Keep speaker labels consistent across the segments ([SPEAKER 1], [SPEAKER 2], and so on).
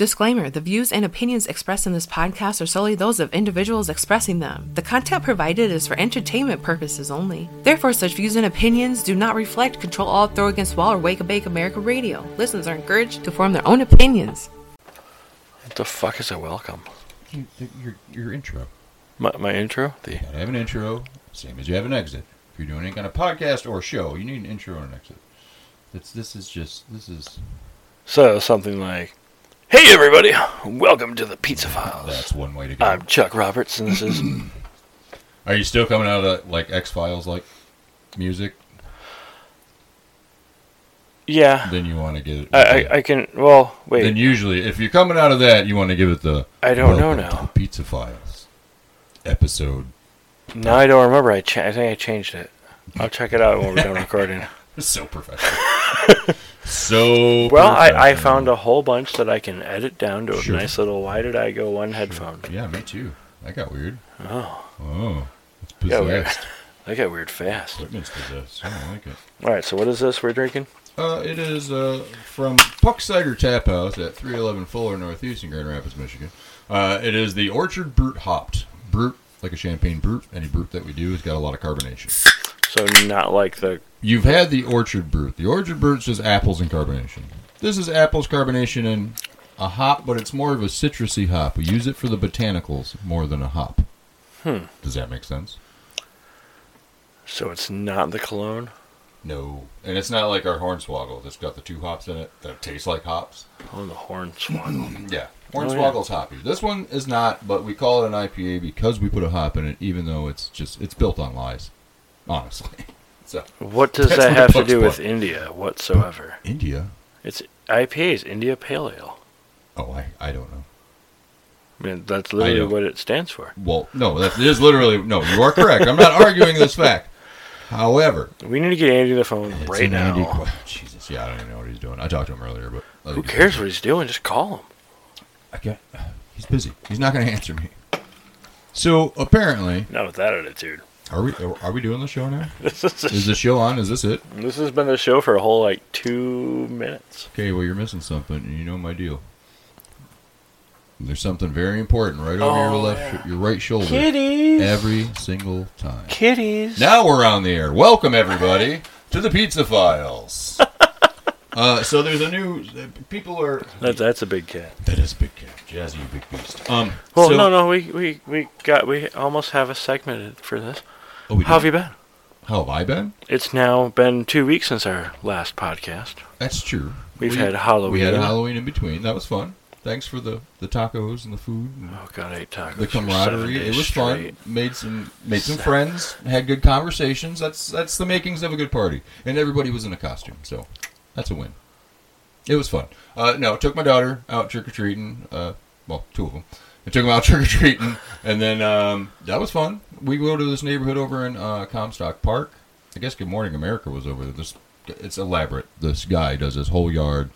[SPEAKER 1] Disclaimer The views and opinions expressed in this podcast are solely those of individuals expressing them. The content provided is for entertainment purposes only. Therefore, such views and opinions do not reflect Control All Throw Against Wall or Wake a Bake America Radio. Listeners are encouraged to form their own opinions.
[SPEAKER 2] What the fuck is a welcome?
[SPEAKER 3] You- th- your, your intro.
[SPEAKER 2] My, my intro? The
[SPEAKER 3] You gotta have an intro, same as you have an exit. If you're doing any kind of podcast or show, you need an intro and an exit. That's this is just this is
[SPEAKER 2] so something like, "Hey everybody, welcome to the Pizza Files.
[SPEAKER 3] that's one way to go.
[SPEAKER 2] I'm Chuck Roberts, and this is
[SPEAKER 3] Are you still coming out of the, like X Files like music?
[SPEAKER 2] yeah.
[SPEAKER 3] Then you want to get it.
[SPEAKER 2] I, I I can well
[SPEAKER 3] then
[SPEAKER 2] wait.
[SPEAKER 3] usually, if you're coming out of that, you want to give it the.
[SPEAKER 2] I don't know
[SPEAKER 3] "Welcome
[SPEAKER 2] now.
[SPEAKER 3] to the Pizza Files episode.
[SPEAKER 2] Now I don't remember. I cha- I think I changed it. I'll check it out when we're done recording.
[SPEAKER 3] So professional. so
[SPEAKER 2] Well, I, I
[SPEAKER 3] professional.
[SPEAKER 2] found a whole bunch that I can edit down to a
[SPEAKER 3] Sure.
[SPEAKER 2] nice little. Why did I go one headphone?
[SPEAKER 3] Yeah, me too. That got weird.
[SPEAKER 2] Oh,
[SPEAKER 3] Oh, it's
[SPEAKER 2] Yeah, weird.
[SPEAKER 3] possessed.
[SPEAKER 2] that got weird fast.
[SPEAKER 3] Equipment's possessed. I don't like it.
[SPEAKER 2] All right, so what is this we're drinking?
[SPEAKER 3] Uh, it is uh, from Puck Cider Tap House at 311 Fuller Northeast in Grand Rapids, Michigan. Uh, it is the Orchard Brut Hopped. Brut, like a champagne brut. Any brut that we do has got a lot of carbonation.
[SPEAKER 2] So not like the
[SPEAKER 3] You've had the Orchard Brut. The Orchard Brut's just apples and carbonation. This is apples, carbonation, and a hop, but it's more of a citrusy hop. We use it for the botanicals more than a hop.
[SPEAKER 2] Hmm.
[SPEAKER 3] Does that make sense?
[SPEAKER 2] so it's not the cologne.
[SPEAKER 3] No. And it's not like our Hornswoggle that's got the two hops in it that taste like hops.
[SPEAKER 2] Oh, the horn swan. Oh,
[SPEAKER 3] Yeah.
[SPEAKER 2] yeah.
[SPEAKER 3] Hornswoggle's hoppy. This one is not, but we call it an IPA because we put a hop in it, even though it's just it's built on lies. Honestly. So
[SPEAKER 2] What does
[SPEAKER 3] That's
[SPEAKER 2] that
[SPEAKER 3] what
[SPEAKER 2] have to
[SPEAKER 3] Buck's
[SPEAKER 2] do with
[SPEAKER 3] Buck.
[SPEAKER 2] India whatsoever?
[SPEAKER 3] India.
[SPEAKER 2] It's IPAs, India Pale Ale.
[SPEAKER 3] Oh, I, I don't know.
[SPEAKER 2] I mean, that's literally
[SPEAKER 3] don't-
[SPEAKER 2] what it stands for.
[SPEAKER 3] Well, no, that is literally no. You are correct. I'm not arguing this fact. However,
[SPEAKER 2] We need to get Andy on the phone
[SPEAKER 3] it's
[SPEAKER 2] right
[SPEAKER 3] an Andy
[SPEAKER 2] now.
[SPEAKER 3] que- Jesus, yeah, I don't even know what he's doing. I talked to him earlier, but I
[SPEAKER 2] Who
[SPEAKER 3] think he's-
[SPEAKER 2] cares what he's doing? Just call him.
[SPEAKER 3] I can't- He's busy. He's not going to answer me. So apparently,
[SPEAKER 2] Not with that attitude.
[SPEAKER 3] are we are we doing the show now?
[SPEAKER 2] This, is
[SPEAKER 3] Is the show on? Is this it?
[SPEAKER 2] this has been the show for a whole like two minutes.
[SPEAKER 3] Okay, well, you're missing something, and you know my deal. There's something very important right over your
[SPEAKER 2] Oh,
[SPEAKER 3] left,
[SPEAKER 2] yeah.
[SPEAKER 3] your right shoulder,
[SPEAKER 2] Kitties,
[SPEAKER 3] every single time.
[SPEAKER 2] kitties.
[SPEAKER 3] Now we're on the air. Welcome everybody to the Pizza Files. uh, so there's a new uh, people are
[SPEAKER 2] That, that's a big cat.
[SPEAKER 3] that is big cat, Jazzy, you big beast. Um,
[SPEAKER 2] Well,
[SPEAKER 3] so-
[SPEAKER 2] no, no, we, we we got we almost have a segment for this.
[SPEAKER 3] Oh, we
[SPEAKER 2] How have
[SPEAKER 3] did-
[SPEAKER 2] you been?
[SPEAKER 3] How have I been?
[SPEAKER 2] It's now been two weeks since our last podcast.
[SPEAKER 3] That's true.
[SPEAKER 2] We've
[SPEAKER 3] we,
[SPEAKER 2] had Halloween.
[SPEAKER 3] we had a Halloween in between. That was fun. Thanks for the the tacos and the food. And
[SPEAKER 2] Oh God, I ate tacos.
[SPEAKER 3] the
[SPEAKER 2] for seven
[SPEAKER 3] camaraderie.
[SPEAKER 2] days
[SPEAKER 3] It was
[SPEAKER 2] straight.
[SPEAKER 3] fun. Made some made some friends. Had good conversations. That's that's the makings of a good party. And everybody was in a costume, so that's a win. It was fun. Uh, no, took my daughter out trick or treating. Uh, well, two of them. I took them out trick or treating, and then um, that was fun. We go to this neighborhood over in uh, Comstock Park. I guess Good Morning America was over there. This it's elaborate. This guy does his whole yard,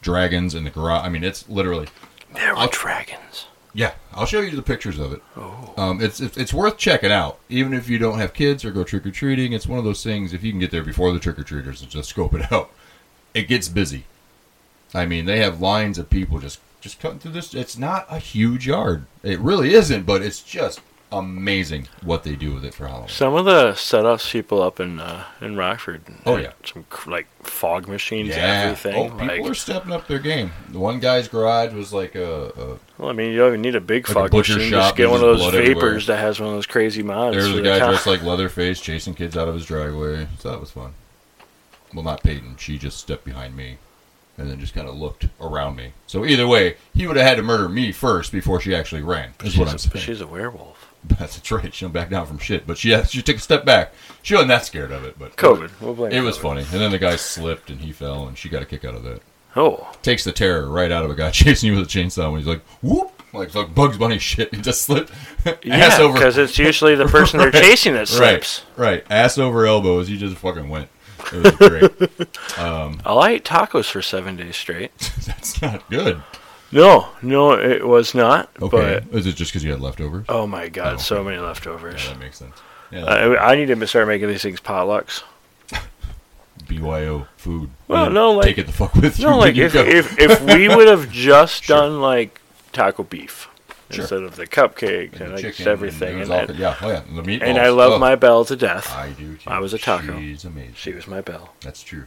[SPEAKER 3] dragons in the garage. I mean, it's literally
[SPEAKER 2] There were
[SPEAKER 3] I'll-
[SPEAKER 2] dragons.
[SPEAKER 3] yeah. I'll show you the pictures of it.
[SPEAKER 2] Oh,
[SPEAKER 3] Um, it's, it's it's worth checking out, even if you don't have kids or go trick or treating. It's one of those things. If you can get there before the trick or treaters and just scope it out, it gets busy. I mean, they have lines of people just just cutting through this. It's not a huge yard. It really isn't, but it's just amazing what they do with it for Halloween.
[SPEAKER 2] some of the setups people up in uh, in Rockford.
[SPEAKER 3] Oh,
[SPEAKER 2] had
[SPEAKER 3] yeah.
[SPEAKER 2] some cr- like fog machines,
[SPEAKER 3] Yeah. Oh,
[SPEAKER 2] everything.
[SPEAKER 3] people
[SPEAKER 2] like,
[SPEAKER 3] are stepping up their game. The one guy's garage was like a, a
[SPEAKER 2] well, I mean, you don't even need a big
[SPEAKER 3] Like a
[SPEAKER 2] fog
[SPEAKER 3] butcher
[SPEAKER 2] machine.
[SPEAKER 3] shop,
[SPEAKER 2] Just get one of
[SPEAKER 3] there's
[SPEAKER 2] those
[SPEAKER 3] blood everywhere.
[SPEAKER 2] vapors that has one of those crazy mods.
[SPEAKER 3] There was
[SPEAKER 2] for
[SPEAKER 3] a
[SPEAKER 2] the
[SPEAKER 3] guy
[SPEAKER 2] top.
[SPEAKER 3] dressed like Leatherface chasing kids out of his driveway. So that was fun. Well, not Peyton. She just stepped behind me and then just kind of looked around me. So either way, he would have had to murder me first before she actually ran, is
[SPEAKER 2] she's,
[SPEAKER 3] what I'm
[SPEAKER 2] a,
[SPEAKER 3] saying.
[SPEAKER 2] she's a werewolf.
[SPEAKER 3] That's right. She don't back down from shit. But she had, she took a step back. She wasn't that scared of it. but
[SPEAKER 2] COVID. We'll blame
[SPEAKER 3] It was
[SPEAKER 2] COVID.
[SPEAKER 3] funny. And then the guy slipped and he fell and she got a kick out of that.
[SPEAKER 2] Oh,
[SPEAKER 3] Takes the terror right out of a guy chasing you with a chainsaw when he's like, whoop! Like, like Bugs Bunny shit. He just slipped. Ass
[SPEAKER 2] yeah,
[SPEAKER 3] over
[SPEAKER 2] because it's usually the person they're
[SPEAKER 3] Right.
[SPEAKER 2] chasing that slips.
[SPEAKER 3] Right, right. Ass over elbows. You just fucking went. It was great.
[SPEAKER 2] I'll eat tacos for seven days straight.
[SPEAKER 3] That's not good.
[SPEAKER 2] No, no, it was not.
[SPEAKER 3] Okay.
[SPEAKER 2] But
[SPEAKER 3] Is it just because you had leftovers?
[SPEAKER 2] oh my god,
[SPEAKER 3] Oh.
[SPEAKER 2] so many leftovers.
[SPEAKER 3] Yeah, that makes sense. Yeah,
[SPEAKER 2] I, I need to start making these things potlucks.
[SPEAKER 3] BYO food.
[SPEAKER 2] Well,
[SPEAKER 3] You
[SPEAKER 2] no, like-
[SPEAKER 3] take it the fuck with you.
[SPEAKER 2] No, like
[SPEAKER 3] when you
[SPEAKER 2] if,
[SPEAKER 3] go.
[SPEAKER 2] if if we would have just done like taco beef
[SPEAKER 3] Sure.
[SPEAKER 2] instead of the cupcakes
[SPEAKER 3] And
[SPEAKER 2] and,
[SPEAKER 3] the
[SPEAKER 2] like
[SPEAKER 3] chicken
[SPEAKER 2] just everything,
[SPEAKER 3] And,
[SPEAKER 2] and,
[SPEAKER 3] there's all
[SPEAKER 2] that-
[SPEAKER 3] ki- yeah, oh yeah, and the meatballs.
[SPEAKER 2] and I love
[SPEAKER 3] Oh,
[SPEAKER 2] my Belle to death.
[SPEAKER 3] I do too.
[SPEAKER 2] I was a taco.
[SPEAKER 3] She's amazing.
[SPEAKER 2] She was my Belle.
[SPEAKER 3] That's true.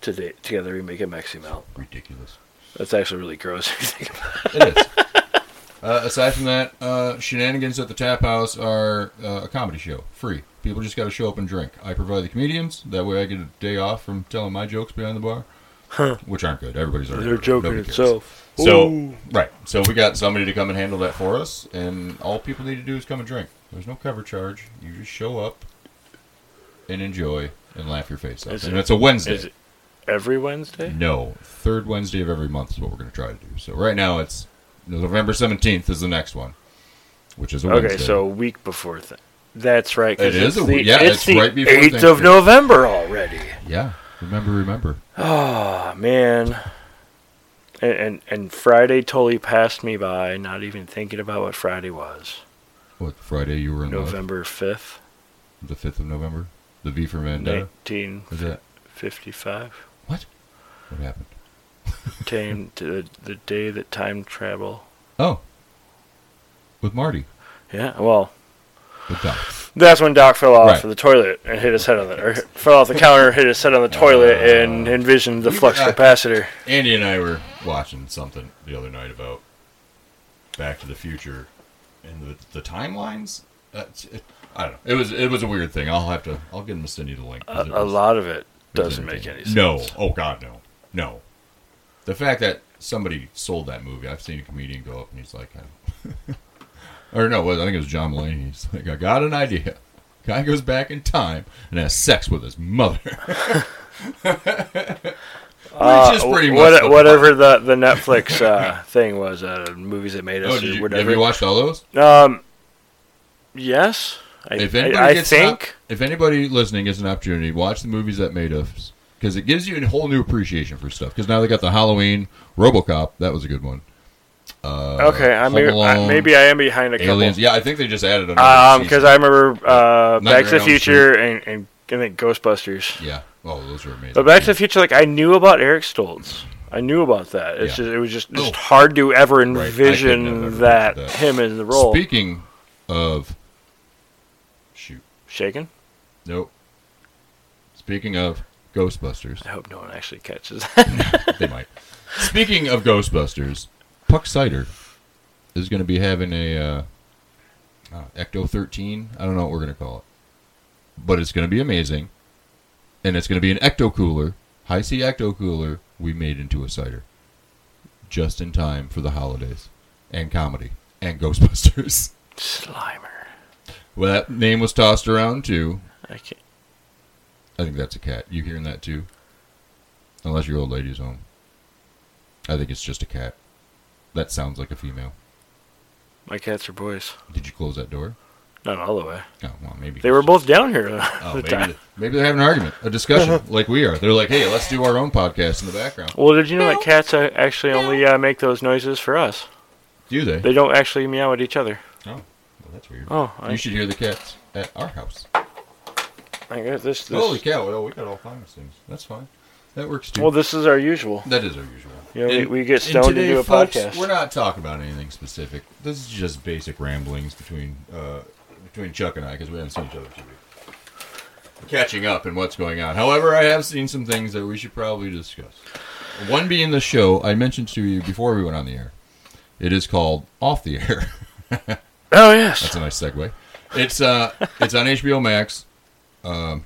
[SPEAKER 2] Today, together we make a Mexi melt.
[SPEAKER 3] Ridiculous.
[SPEAKER 2] That's actually really gross. if you think about
[SPEAKER 3] It is. Uh, aside from that, uh, shenanigans at the tap house are uh, a comedy show, free. People just got to show up and drink. I provide the comedians. That way, I get a day off from telling my jokes behind the bar, which aren't good. Everybody's
[SPEAKER 2] it.
[SPEAKER 3] already
[SPEAKER 2] They're
[SPEAKER 3] heard it.
[SPEAKER 2] joking
[SPEAKER 3] Nobody cares.
[SPEAKER 2] itself.
[SPEAKER 3] So
[SPEAKER 2] Ooh.
[SPEAKER 3] right, so we got somebody to come and handle that for us, and all people need to do is come and drink. There's no cover charge. You just show up and enjoy and laugh your face off.
[SPEAKER 2] Is
[SPEAKER 3] and
[SPEAKER 2] it-
[SPEAKER 3] it's a Wednesday.
[SPEAKER 2] is it every Wednesday?
[SPEAKER 3] No, third Wednesday of every month is what we're going to try to do. So right now it's November seventeenth is the next one, which is a Wednesday.
[SPEAKER 2] Okay, so a week before th- That's right. 'cause
[SPEAKER 3] It
[SPEAKER 2] it's
[SPEAKER 3] is a
[SPEAKER 2] the,
[SPEAKER 3] week- yeah,
[SPEAKER 2] it's
[SPEAKER 3] it's
[SPEAKER 2] the
[SPEAKER 3] right before
[SPEAKER 2] 8th of
[SPEAKER 3] Thanksgiving.
[SPEAKER 2] November already.
[SPEAKER 3] yeah, remember, remember.
[SPEAKER 2] Oh, man. And, and and Friday totally passed me by, not even thinking about what Friday was.
[SPEAKER 3] What Friday you were in love?
[SPEAKER 2] November 5th,
[SPEAKER 3] The fifth of November. The V for Vendetta. Was that
[SPEAKER 2] 1955.
[SPEAKER 3] what happened?
[SPEAKER 2] Time to the, the day that time travel.
[SPEAKER 3] Oh, with Marty,
[SPEAKER 2] Yeah, well,
[SPEAKER 3] with Doc.
[SPEAKER 2] that's when Doc fell off
[SPEAKER 3] Right.
[SPEAKER 2] of the toilet and hit his head on the, or fell off the counter, hit his head on the toilet,
[SPEAKER 3] Ah.
[SPEAKER 2] and envisioned the
[SPEAKER 3] we
[SPEAKER 2] flux
[SPEAKER 3] forgot.
[SPEAKER 2] capacitor.
[SPEAKER 3] Andy and I were watching something the other night about Back to the Future and the, the timelines. That's it, I don't know. It was it was a weird thing. I'll have to. I'll get him to send you the link. 'cause
[SPEAKER 2] A,
[SPEAKER 3] it
[SPEAKER 2] a
[SPEAKER 3] was-
[SPEAKER 2] lot of it
[SPEAKER 3] it was
[SPEAKER 2] doesn't make any
[SPEAKER 3] entertaining.
[SPEAKER 2] sense.
[SPEAKER 3] No. Oh God, no, no. The fact that somebody sold that movie. I've seen a comedian go up and he's like, I- or no, it was- I think it was John Mulaney. He's like, I got an idea. Guy goes back in time and has sex with his mother.
[SPEAKER 2] Uh,
[SPEAKER 3] Which is pretty
[SPEAKER 2] wh-
[SPEAKER 3] much
[SPEAKER 2] what-
[SPEAKER 3] the
[SPEAKER 2] whatever the the Netflix uh, thing was, uh, movies that made us
[SPEAKER 3] Oh, did
[SPEAKER 2] or
[SPEAKER 3] you, have
[SPEAKER 2] whatever.
[SPEAKER 3] you watched all those?
[SPEAKER 2] um, yes, I,
[SPEAKER 3] if
[SPEAKER 2] I-
[SPEAKER 3] anybody
[SPEAKER 2] I
[SPEAKER 3] gets an op-
[SPEAKER 2] think
[SPEAKER 3] if anybody listening gets an opportunity, watch the movies that made us because it gives you a whole new appreciation for stuff. Because now they got the Halloween, RoboCop, that was a good one. Uh,
[SPEAKER 2] okay. I
[SPEAKER 3] Home
[SPEAKER 2] may, I,
[SPEAKER 3] Alone,
[SPEAKER 2] maybe I am behind a
[SPEAKER 3] Aliens.
[SPEAKER 2] couple.
[SPEAKER 3] Yeah, I think they just added another.
[SPEAKER 2] Um,
[SPEAKER 3] season.
[SPEAKER 2] because I remember uh,
[SPEAKER 3] Nightmare
[SPEAKER 2] Back to the
[SPEAKER 3] on Elm
[SPEAKER 2] Future and and I think Ghostbusters.
[SPEAKER 3] yeah, oh, those are amazing.
[SPEAKER 2] But Back to the Future, like I knew about Eric Stoltz. I knew about that. It's
[SPEAKER 3] Yeah.
[SPEAKER 2] just it was just, just
[SPEAKER 3] Oh.
[SPEAKER 2] hard to ever
[SPEAKER 3] I couldn't have
[SPEAKER 2] envision
[SPEAKER 3] ever
[SPEAKER 2] that,
[SPEAKER 3] pictured that.
[SPEAKER 2] him in the role.
[SPEAKER 3] Speaking of, shoot,
[SPEAKER 2] Shaken.
[SPEAKER 3] nope. Speaking of Ghostbusters,
[SPEAKER 2] I hope no one actually catches that.
[SPEAKER 3] they might. Speaking of Ghostbusters, Puck Cider is going to be having a uh, uh, Ecto 13. I don't know what we're going to call it, but it's going to be amazing, and it's going to be an Ecto cooler, high C Ecto cooler we made into a cider, just in time for the holidays and comedy and Ghostbusters.
[SPEAKER 2] Slimer.
[SPEAKER 3] Well, that name was tossed around too.
[SPEAKER 2] I can't.
[SPEAKER 3] I think that's a cat. You hearing that too? Unless your old lady's home. I think it's just a cat. That sounds like a female.
[SPEAKER 2] My cats are boys.
[SPEAKER 3] Did you close that door?
[SPEAKER 2] Not all the way.
[SPEAKER 3] Oh, well, maybe.
[SPEAKER 2] They were both down here. at
[SPEAKER 3] Oh,
[SPEAKER 2] the
[SPEAKER 3] maybe,
[SPEAKER 2] time.
[SPEAKER 3] th- maybe they're having an argument, a discussion, like we are. They're like, hey, let's do our own podcast in the background.
[SPEAKER 2] Well, did you know that cats uh, actually only uh, make those noises for us?
[SPEAKER 3] Do they?
[SPEAKER 2] They don't actually meow at each other.
[SPEAKER 3] Well, that's weird.
[SPEAKER 2] Oh, I,
[SPEAKER 3] You should hear the cats at our house.
[SPEAKER 2] I guess this. this
[SPEAKER 3] Holy cow, well, we got all kinds of things. That's fine. That works too.
[SPEAKER 2] well, this is our usual.
[SPEAKER 3] That is our usual.
[SPEAKER 2] Yeah, we-
[SPEAKER 3] And-
[SPEAKER 2] we get
[SPEAKER 3] and
[SPEAKER 2] stoned to do a
[SPEAKER 3] folks,
[SPEAKER 2] podcast.
[SPEAKER 3] We're not talking about anything specific. This is just basic ramblings between uh, between Chuck and I because we haven't seen each other. in two weeks. Catching up and what's going on. However, I have seen some things that we should probably discuss. One being the show I mentioned to you before we went on the air. It is called Off the Air.
[SPEAKER 2] Oh yes.
[SPEAKER 3] That's a nice segue. It's uh, it's on HBO Max. Um,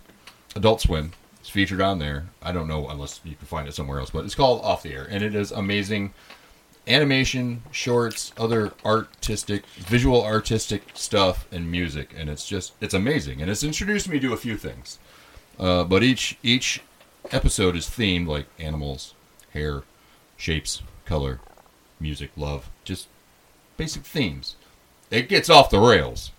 [SPEAKER 3] Adult Swim. It's featured on there. I don't know unless you can find it somewhere else, but it's called Off the Air, and it is amazing. Animation, shorts, other artistic, visual artistic stuff, and music, and it's just it's amazing. And it's introduced me to a few things, uh, but each each episode is themed like animals, hair, shapes, color, music, love, just basic themes it gets off the rails,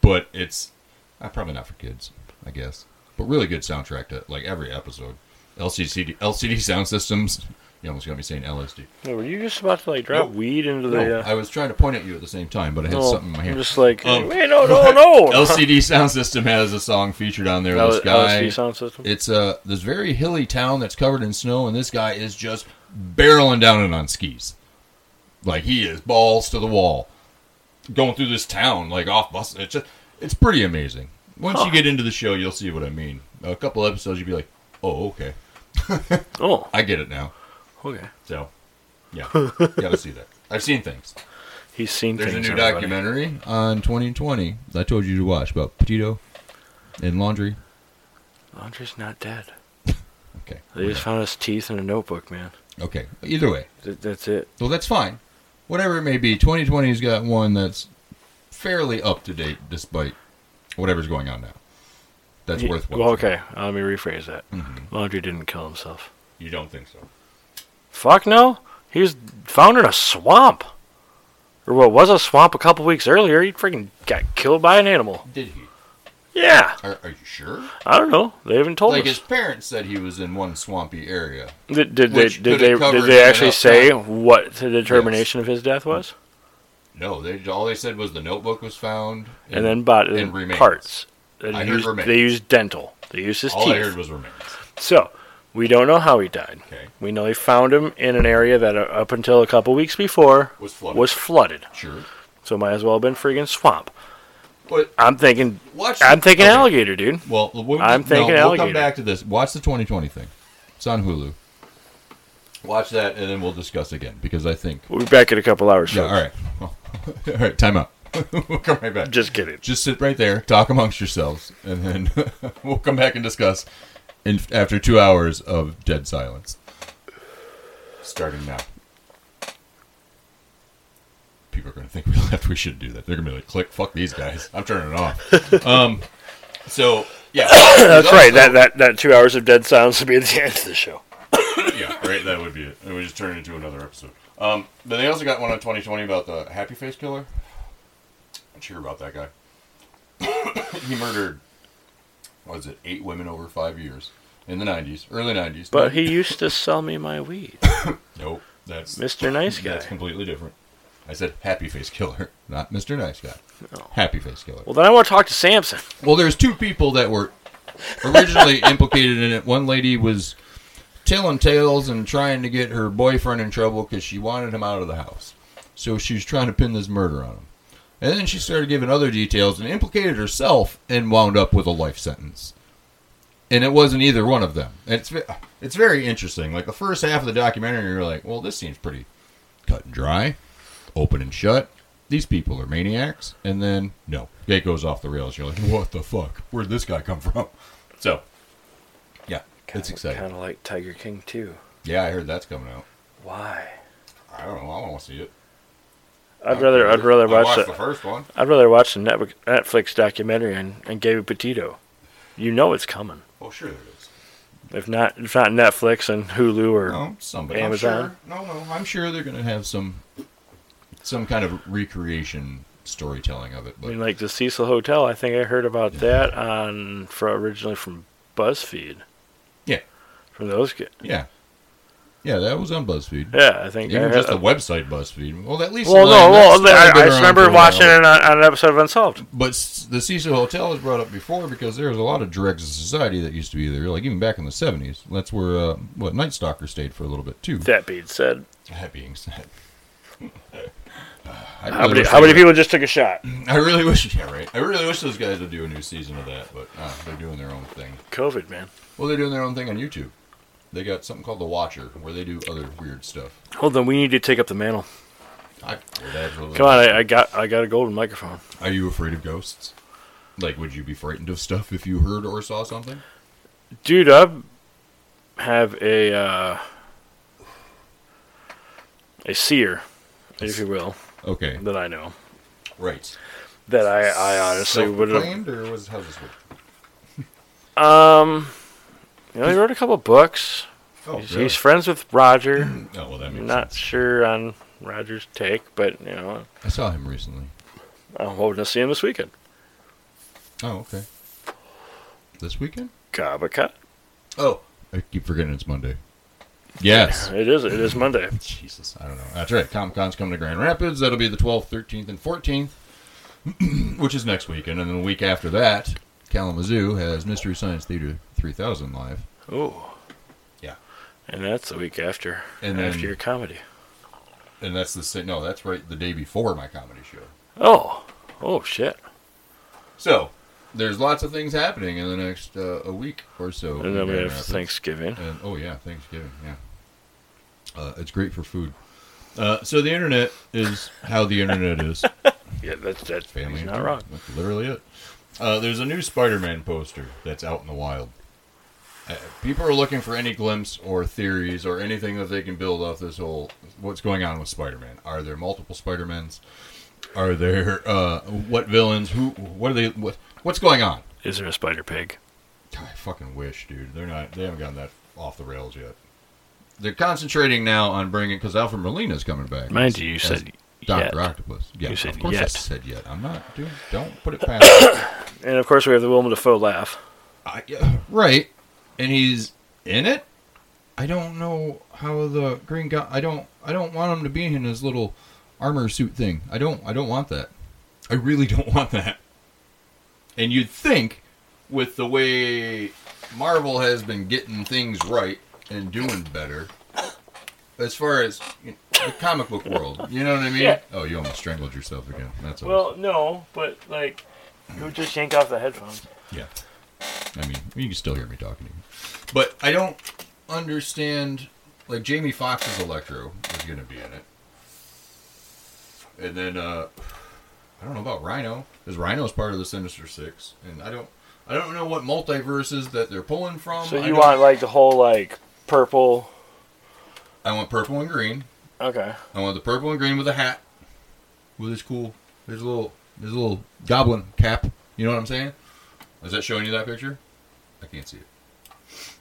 [SPEAKER 3] but it's uh, probably not for kids, I guess. But really good soundtrack to like every episode. LCD LCD sound systems, You almost got me saying LSD.
[SPEAKER 2] No, were you just about to like drop
[SPEAKER 3] Nope.
[SPEAKER 2] weed into the?
[SPEAKER 3] No,
[SPEAKER 2] uh,
[SPEAKER 3] I was trying to point at you at the same time, but I had
[SPEAKER 2] no,
[SPEAKER 3] something in my hand.
[SPEAKER 2] I'm just like,
[SPEAKER 3] Um,
[SPEAKER 2] wait, no, no, no.
[SPEAKER 3] LCD Sound System has a song featured on there.
[SPEAKER 2] L-
[SPEAKER 3] this guy,
[SPEAKER 2] LSD sound system.
[SPEAKER 3] it's uh, this very hilly town that's covered in snow, and this guy is just barreling down it on skis, like he is balls to the wall, going through this town like off bus. It's just, it's pretty amazing. Once you get into the show, you'll see what I mean. A couple episodes, you'll be like, oh, okay,
[SPEAKER 2] Oh,
[SPEAKER 3] I get it now.
[SPEAKER 2] okay.
[SPEAKER 3] So, yeah, gotta see that. I've seen things.
[SPEAKER 2] He's seen
[SPEAKER 3] There's a
[SPEAKER 2] things.
[SPEAKER 3] new
[SPEAKER 2] everybody.
[SPEAKER 3] documentary on 2020 that I told you to watch about Petito and laundry.
[SPEAKER 2] Andre's not dead.
[SPEAKER 3] Okay.
[SPEAKER 2] They just found his teeth in a notebook, man.
[SPEAKER 3] Okay. Either way,
[SPEAKER 2] Th- that's it.
[SPEAKER 3] well, that's fine. Whatever it may be, 2020's got one that's fairly up to date, despite whatever's going on now. That's Mm-hmm.
[SPEAKER 2] Ye-
[SPEAKER 3] worth watching.
[SPEAKER 2] Well, okay. Uh, let me rephrase that. Laundry didn't kill himself.
[SPEAKER 3] You don't think so?
[SPEAKER 2] Fuck no. He was found in a swamp. Or what was a swamp a couple weeks earlier. He freaking got killed by an animal.
[SPEAKER 3] Did he?
[SPEAKER 2] Yeah.
[SPEAKER 3] Are, are you sure?
[SPEAKER 2] I don't know. They haven't told
[SPEAKER 3] Like
[SPEAKER 2] us.
[SPEAKER 3] his parents said he was in one swampy area.
[SPEAKER 2] Did, did they
[SPEAKER 3] Which
[SPEAKER 2] did
[SPEAKER 3] could've
[SPEAKER 2] they
[SPEAKER 3] covered
[SPEAKER 2] did they
[SPEAKER 3] it
[SPEAKER 2] actually
[SPEAKER 3] up
[SPEAKER 2] say
[SPEAKER 3] top.
[SPEAKER 2] what the determination of his death was?
[SPEAKER 3] No, they all they said was the notebook was found,
[SPEAKER 2] And, then bought
[SPEAKER 3] and
[SPEAKER 2] in
[SPEAKER 3] remains.
[SPEAKER 2] parts. They
[SPEAKER 3] I heard
[SPEAKER 2] used,
[SPEAKER 3] remains.
[SPEAKER 2] they used dental. They used his
[SPEAKER 3] all
[SPEAKER 2] teeth.
[SPEAKER 3] I heard was remains.
[SPEAKER 2] So we don't know how he died.
[SPEAKER 3] Okay.
[SPEAKER 2] We know they found him in an area that uh, up until a couple weeks before
[SPEAKER 3] Was flooded.
[SPEAKER 2] was flooded.
[SPEAKER 3] Sure.
[SPEAKER 2] So might as well have been friggin' swamp.
[SPEAKER 3] But
[SPEAKER 2] I'm thinking.
[SPEAKER 3] watch.
[SPEAKER 2] I'm thinking
[SPEAKER 3] okay.
[SPEAKER 2] alligator, dude.
[SPEAKER 3] Well, we'll,
[SPEAKER 2] I'm thinking
[SPEAKER 3] no, we'll
[SPEAKER 2] alligator.
[SPEAKER 3] come back to this. Watch the 2020 thing. It's on Hulu. Watch that, and then we'll discuss again because I think.
[SPEAKER 2] We'll be back in a couple hours.
[SPEAKER 3] Yeah.
[SPEAKER 2] folks.
[SPEAKER 3] All right. all right. Time out. we'll come right back.
[SPEAKER 2] Just kidding.
[SPEAKER 3] Just sit right there, talk amongst yourselves, and then we'll come back and discuss. In, after two hours of dead silence, starting now. People are going to think we left. We should do that. They're going to be like, "Click, fuck these guys." I'm turning it off. um. So yeah,
[SPEAKER 2] That's right. That, that that two hours of dead silence would be at the end of the show.
[SPEAKER 3] yeah, right. That would be it. And we just turn it into another episode. Um, then they also got one on 2020 about the Happy Face Killer. I'm sure about that guy. he murdered, what is it, eight women over five years in the 90s, early 90s.
[SPEAKER 2] But he used to sell me my weed,
[SPEAKER 3] nope, that's
[SPEAKER 2] Mr. Nice
[SPEAKER 3] that's
[SPEAKER 2] Guy.
[SPEAKER 3] completely different. I said Happy Face Killer, not Mr. Nice Guy.
[SPEAKER 2] No.
[SPEAKER 3] Happy Face Killer.
[SPEAKER 2] Well, then I want to talk to Samson.
[SPEAKER 3] Well, there's two people that were originally implicated in it. One lady was telling tales and trying to get her boyfriend in trouble because she wanted him out of the house. So she was trying to pin this murder on him. And then she started giving other details and implicated herself and wound up with a life sentence. And it wasn't either one of them. And It's ve- it's very interesting. Like the first half of the documentary, you're like, well, this seems pretty cut and dry, open and shut. These people are maniacs. And then, no, it goes off the rails. You're like, what the fuck? Where'd this guy come from? So, yeah, it's exciting.
[SPEAKER 2] Kind of like Tiger King too.
[SPEAKER 3] Yeah, I heard that's coming out.
[SPEAKER 2] Why?
[SPEAKER 3] I don't know. I want to see it.
[SPEAKER 2] I'd rather I'd rather
[SPEAKER 3] I
[SPEAKER 2] watch
[SPEAKER 3] watched
[SPEAKER 2] that.
[SPEAKER 3] the first one.
[SPEAKER 2] I'd rather watch the Netflix- Netflix documentary and, and Gabe Petito. You know it's coming.
[SPEAKER 3] Oh, sure there is.
[SPEAKER 2] If not, if not Netflix and Hulu or
[SPEAKER 3] No, somebody.
[SPEAKER 2] Amazon?
[SPEAKER 3] I'm sure, no, no. I'm sure they're going to have some some kind of recreation storytelling of it.
[SPEAKER 2] I
[SPEAKER 3] But
[SPEAKER 2] mean, like the Cecil Hotel. I think I heard about that on for originally from BuzzFeed.
[SPEAKER 3] Yeah.
[SPEAKER 2] From those kids.
[SPEAKER 3] yeah, yeah, that was on BuzzFeed.
[SPEAKER 2] Yeah, I think. I
[SPEAKER 3] Even
[SPEAKER 2] heard-
[SPEAKER 3] just the website BuzzFeed. Well, at least
[SPEAKER 2] well,
[SPEAKER 3] like,
[SPEAKER 2] no, well,
[SPEAKER 3] that's
[SPEAKER 2] I,
[SPEAKER 3] been
[SPEAKER 2] I
[SPEAKER 3] around
[SPEAKER 2] just
[SPEAKER 3] for
[SPEAKER 2] remember
[SPEAKER 3] a while.
[SPEAKER 2] watching it on, on an episode of Unsolved.
[SPEAKER 3] But s- the Cecil Hotel was brought up before because there was a lot of dregs of society that used to be there. Like even back in the '70s, that's where uh, what Night Stalker stayed for a little bit too.
[SPEAKER 2] That being said,
[SPEAKER 3] That being said, I
[SPEAKER 2] how
[SPEAKER 3] really
[SPEAKER 2] many,
[SPEAKER 3] wish
[SPEAKER 2] how
[SPEAKER 3] they
[SPEAKER 2] many people just took a shot?
[SPEAKER 3] I really wish, yeah, right. I really wish those guys would do a new season of that, but uh, they're doing their own thing.
[SPEAKER 2] COVID, man.
[SPEAKER 3] Well, they're doing their own thing on YouTube. They got something called The Watcher, where they do other weird stuff.
[SPEAKER 2] Hold on, we need to take up the mantle.
[SPEAKER 3] I, would absolutely-
[SPEAKER 2] Come on, I, I got I got a golden microphone.
[SPEAKER 3] Are you afraid of ghosts? Like, would you be frightened of stuff if you heard or saw something?
[SPEAKER 2] dude i have a uh, a seer if you will
[SPEAKER 3] Okay,
[SPEAKER 2] that i know
[SPEAKER 3] right.
[SPEAKER 2] that i, I honestly would have
[SPEAKER 3] Self-proclaimed, or was how's this work?
[SPEAKER 2] um you know he wrote a couple books
[SPEAKER 3] Oh,
[SPEAKER 2] he's,
[SPEAKER 3] really?
[SPEAKER 2] he's friends with roger
[SPEAKER 3] oh well, that
[SPEAKER 2] i'm
[SPEAKER 3] makes
[SPEAKER 2] not
[SPEAKER 3] sense.
[SPEAKER 2] sure on roger's take but you know
[SPEAKER 3] I saw him recently.
[SPEAKER 2] i'm hoping to see him this weekend
[SPEAKER 3] Oh, okay. This weekend?
[SPEAKER 2] Comic-Con.
[SPEAKER 3] Oh, I keep forgetting it's Monday. Yes.
[SPEAKER 2] It is. It is Monday.
[SPEAKER 3] Jesus, I don't know. That's right. Comic Con's coming to Grand Rapids. That'll be the 12th, 13th, and 14th, which is next weekend. And then the week after that, Kalamazoo has Mystery Science Theater 3000 live.
[SPEAKER 2] Ooh.
[SPEAKER 3] Yeah.
[SPEAKER 2] And that's the week after.
[SPEAKER 3] And
[SPEAKER 2] And
[SPEAKER 3] then-
[SPEAKER 2] after your comedy.
[SPEAKER 3] And that's the sa- no, that's right the day before my comedy show.
[SPEAKER 2] Oh. Oh shit.
[SPEAKER 3] So there's lots of things happening in the next uh, a week or so. in
[SPEAKER 2] And then we
[SPEAKER 3] Grand
[SPEAKER 2] have
[SPEAKER 3] Rapids.
[SPEAKER 2] Thanksgiving.
[SPEAKER 3] And oh yeah, Thanksgiving. Yeah, uh, it's great for food. Uh, so the internet is how the internet is.
[SPEAKER 2] Yeah, that's that's
[SPEAKER 3] Family.
[SPEAKER 2] he's not
[SPEAKER 3] internet.
[SPEAKER 2] wrong.
[SPEAKER 3] That's literally it. Uh, there's a new Spider-Man poster that's out in the wild. Uh, people are looking for any glimpse or theories or anything that they can build off this whole what's going on with Spider-Man. Are there multiple Spider-Mans? Are there uh, what villains? Who? What are they? What? What's going on?
[SPEAKER 2] Is there a spider pig?
[SPEAKER 3] I fucking wish, dude. They're not. They haven't gotten that off the rails yet. They're concentrating now on bringing because Alfred Molina's coming back.
[SPEAKER 2] Mind you, you
[SPEAKER 3] as
[SPEAKER 2] said
[SPEAKER 3] Doctor
[SPEAKER 2] yet.
[SPEAKER 3] Octopus. Yeah,
[SPEAKER 2] You said
[SPEAKER 3] of course I
[SPEAKER 2] yet.
[SPEAKER 3] said yet. I'm not, dude. Don't put it past. me.
[SPEAKER 2] And of course we have the Willem Dafoe laugh.
[SPEAKER 3] I, yeah, right, and he's in it. I don't know how the Green Goblin. I don't. I don't want him to be in his little armor suit thing. I don't. I don't want that. I really don't want that. And you'd think, with the way Marvel has been getting things right and doing better, as far as you know, the comic book world, you know what I mean?
[SPEAKER 2] Yeah.
[SPEAKER 3] Oh, you almost strangled yourself again. That's all.
[SPEAKER 2] Well, no, but like, who just yank off the headphones?
[SPEAKER 3] Yeah. I mean, you can still hear me talking to you. But I don't understand. Like, Jamie Foxx's Electro is going to be in it. And then, uh, I don't know about Rhino. Because Rhino's part of the Sinister Six. And I don't. I don't know what multiverses that they're pulling from.
[SPEAKER 2] So
[SPEAKER 3] I
[SPEAKER 2] you
[SPEAKER 3] don't-
[SPEAKER 2] want like the whole like purple?
[SPEAKER 3] I want purple and green.
[SPEAKER 2] Okay.
[SPEAKER 3] I want the purple and green with a hat, with his cool, his little, his little goblin cap. You know what I'm saying? Is that showing you that picture? I can't see it.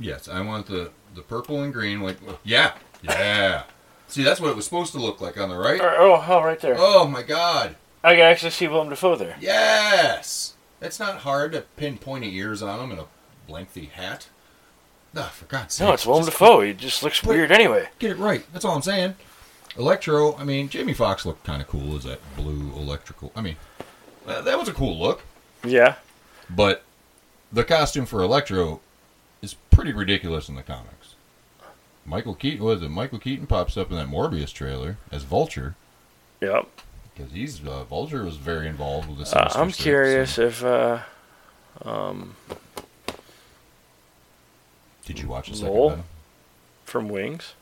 [SPEAKER 3] Yes, I want the the purple and green. Like, yeah, yeah. See, that's what it was supposed to look like on the right.
[SPEAKER 2] Or, oh, hell, right there.
[SPEAKER 3] Oh my God!
[SPEAKER 2] I can actually see Willem Dafoe there.
[SPEAKER 3] Yes, it's not hard to pin pointy ears on him and a lengthy hat. Ah, for God's sake!
[SPEAKER 2] No, it's Willem Dafoe. He just looks weird anyway.
[SPEAKER 3] get it right. That's all I'm saying. Electro, I mean, Jamie Foxx looked kind of cool as that blue electrical. I mean, that, that was a cool look,
[SPEAKER 2] Yeah.
[SPEAKER 3] but the costume for Electro is pretty ridiculous in the comics. Michael Keaton was it? Michael Keaton pops up in that Morbius trailer as Vulture
[SPEAKER 2] Yep.
[SPEAKER 3] because he's uh, Vulture was very involved with the.
[SPEAKER 2] Uh,
[SPEAKER 3] Sinister
[SPEAKER 2] I'm
[SPEAKER 3] Six,
[SPEAKER 2] curious
[SPEAKER 3] so-
[SPEAKER 2] if uh, um,
[SPEAKER 3] Did you watch the second
[SPEAKER 2] Lowell?
[SPEAKER 3] Venom?
[SPEAKER 2] from Wings,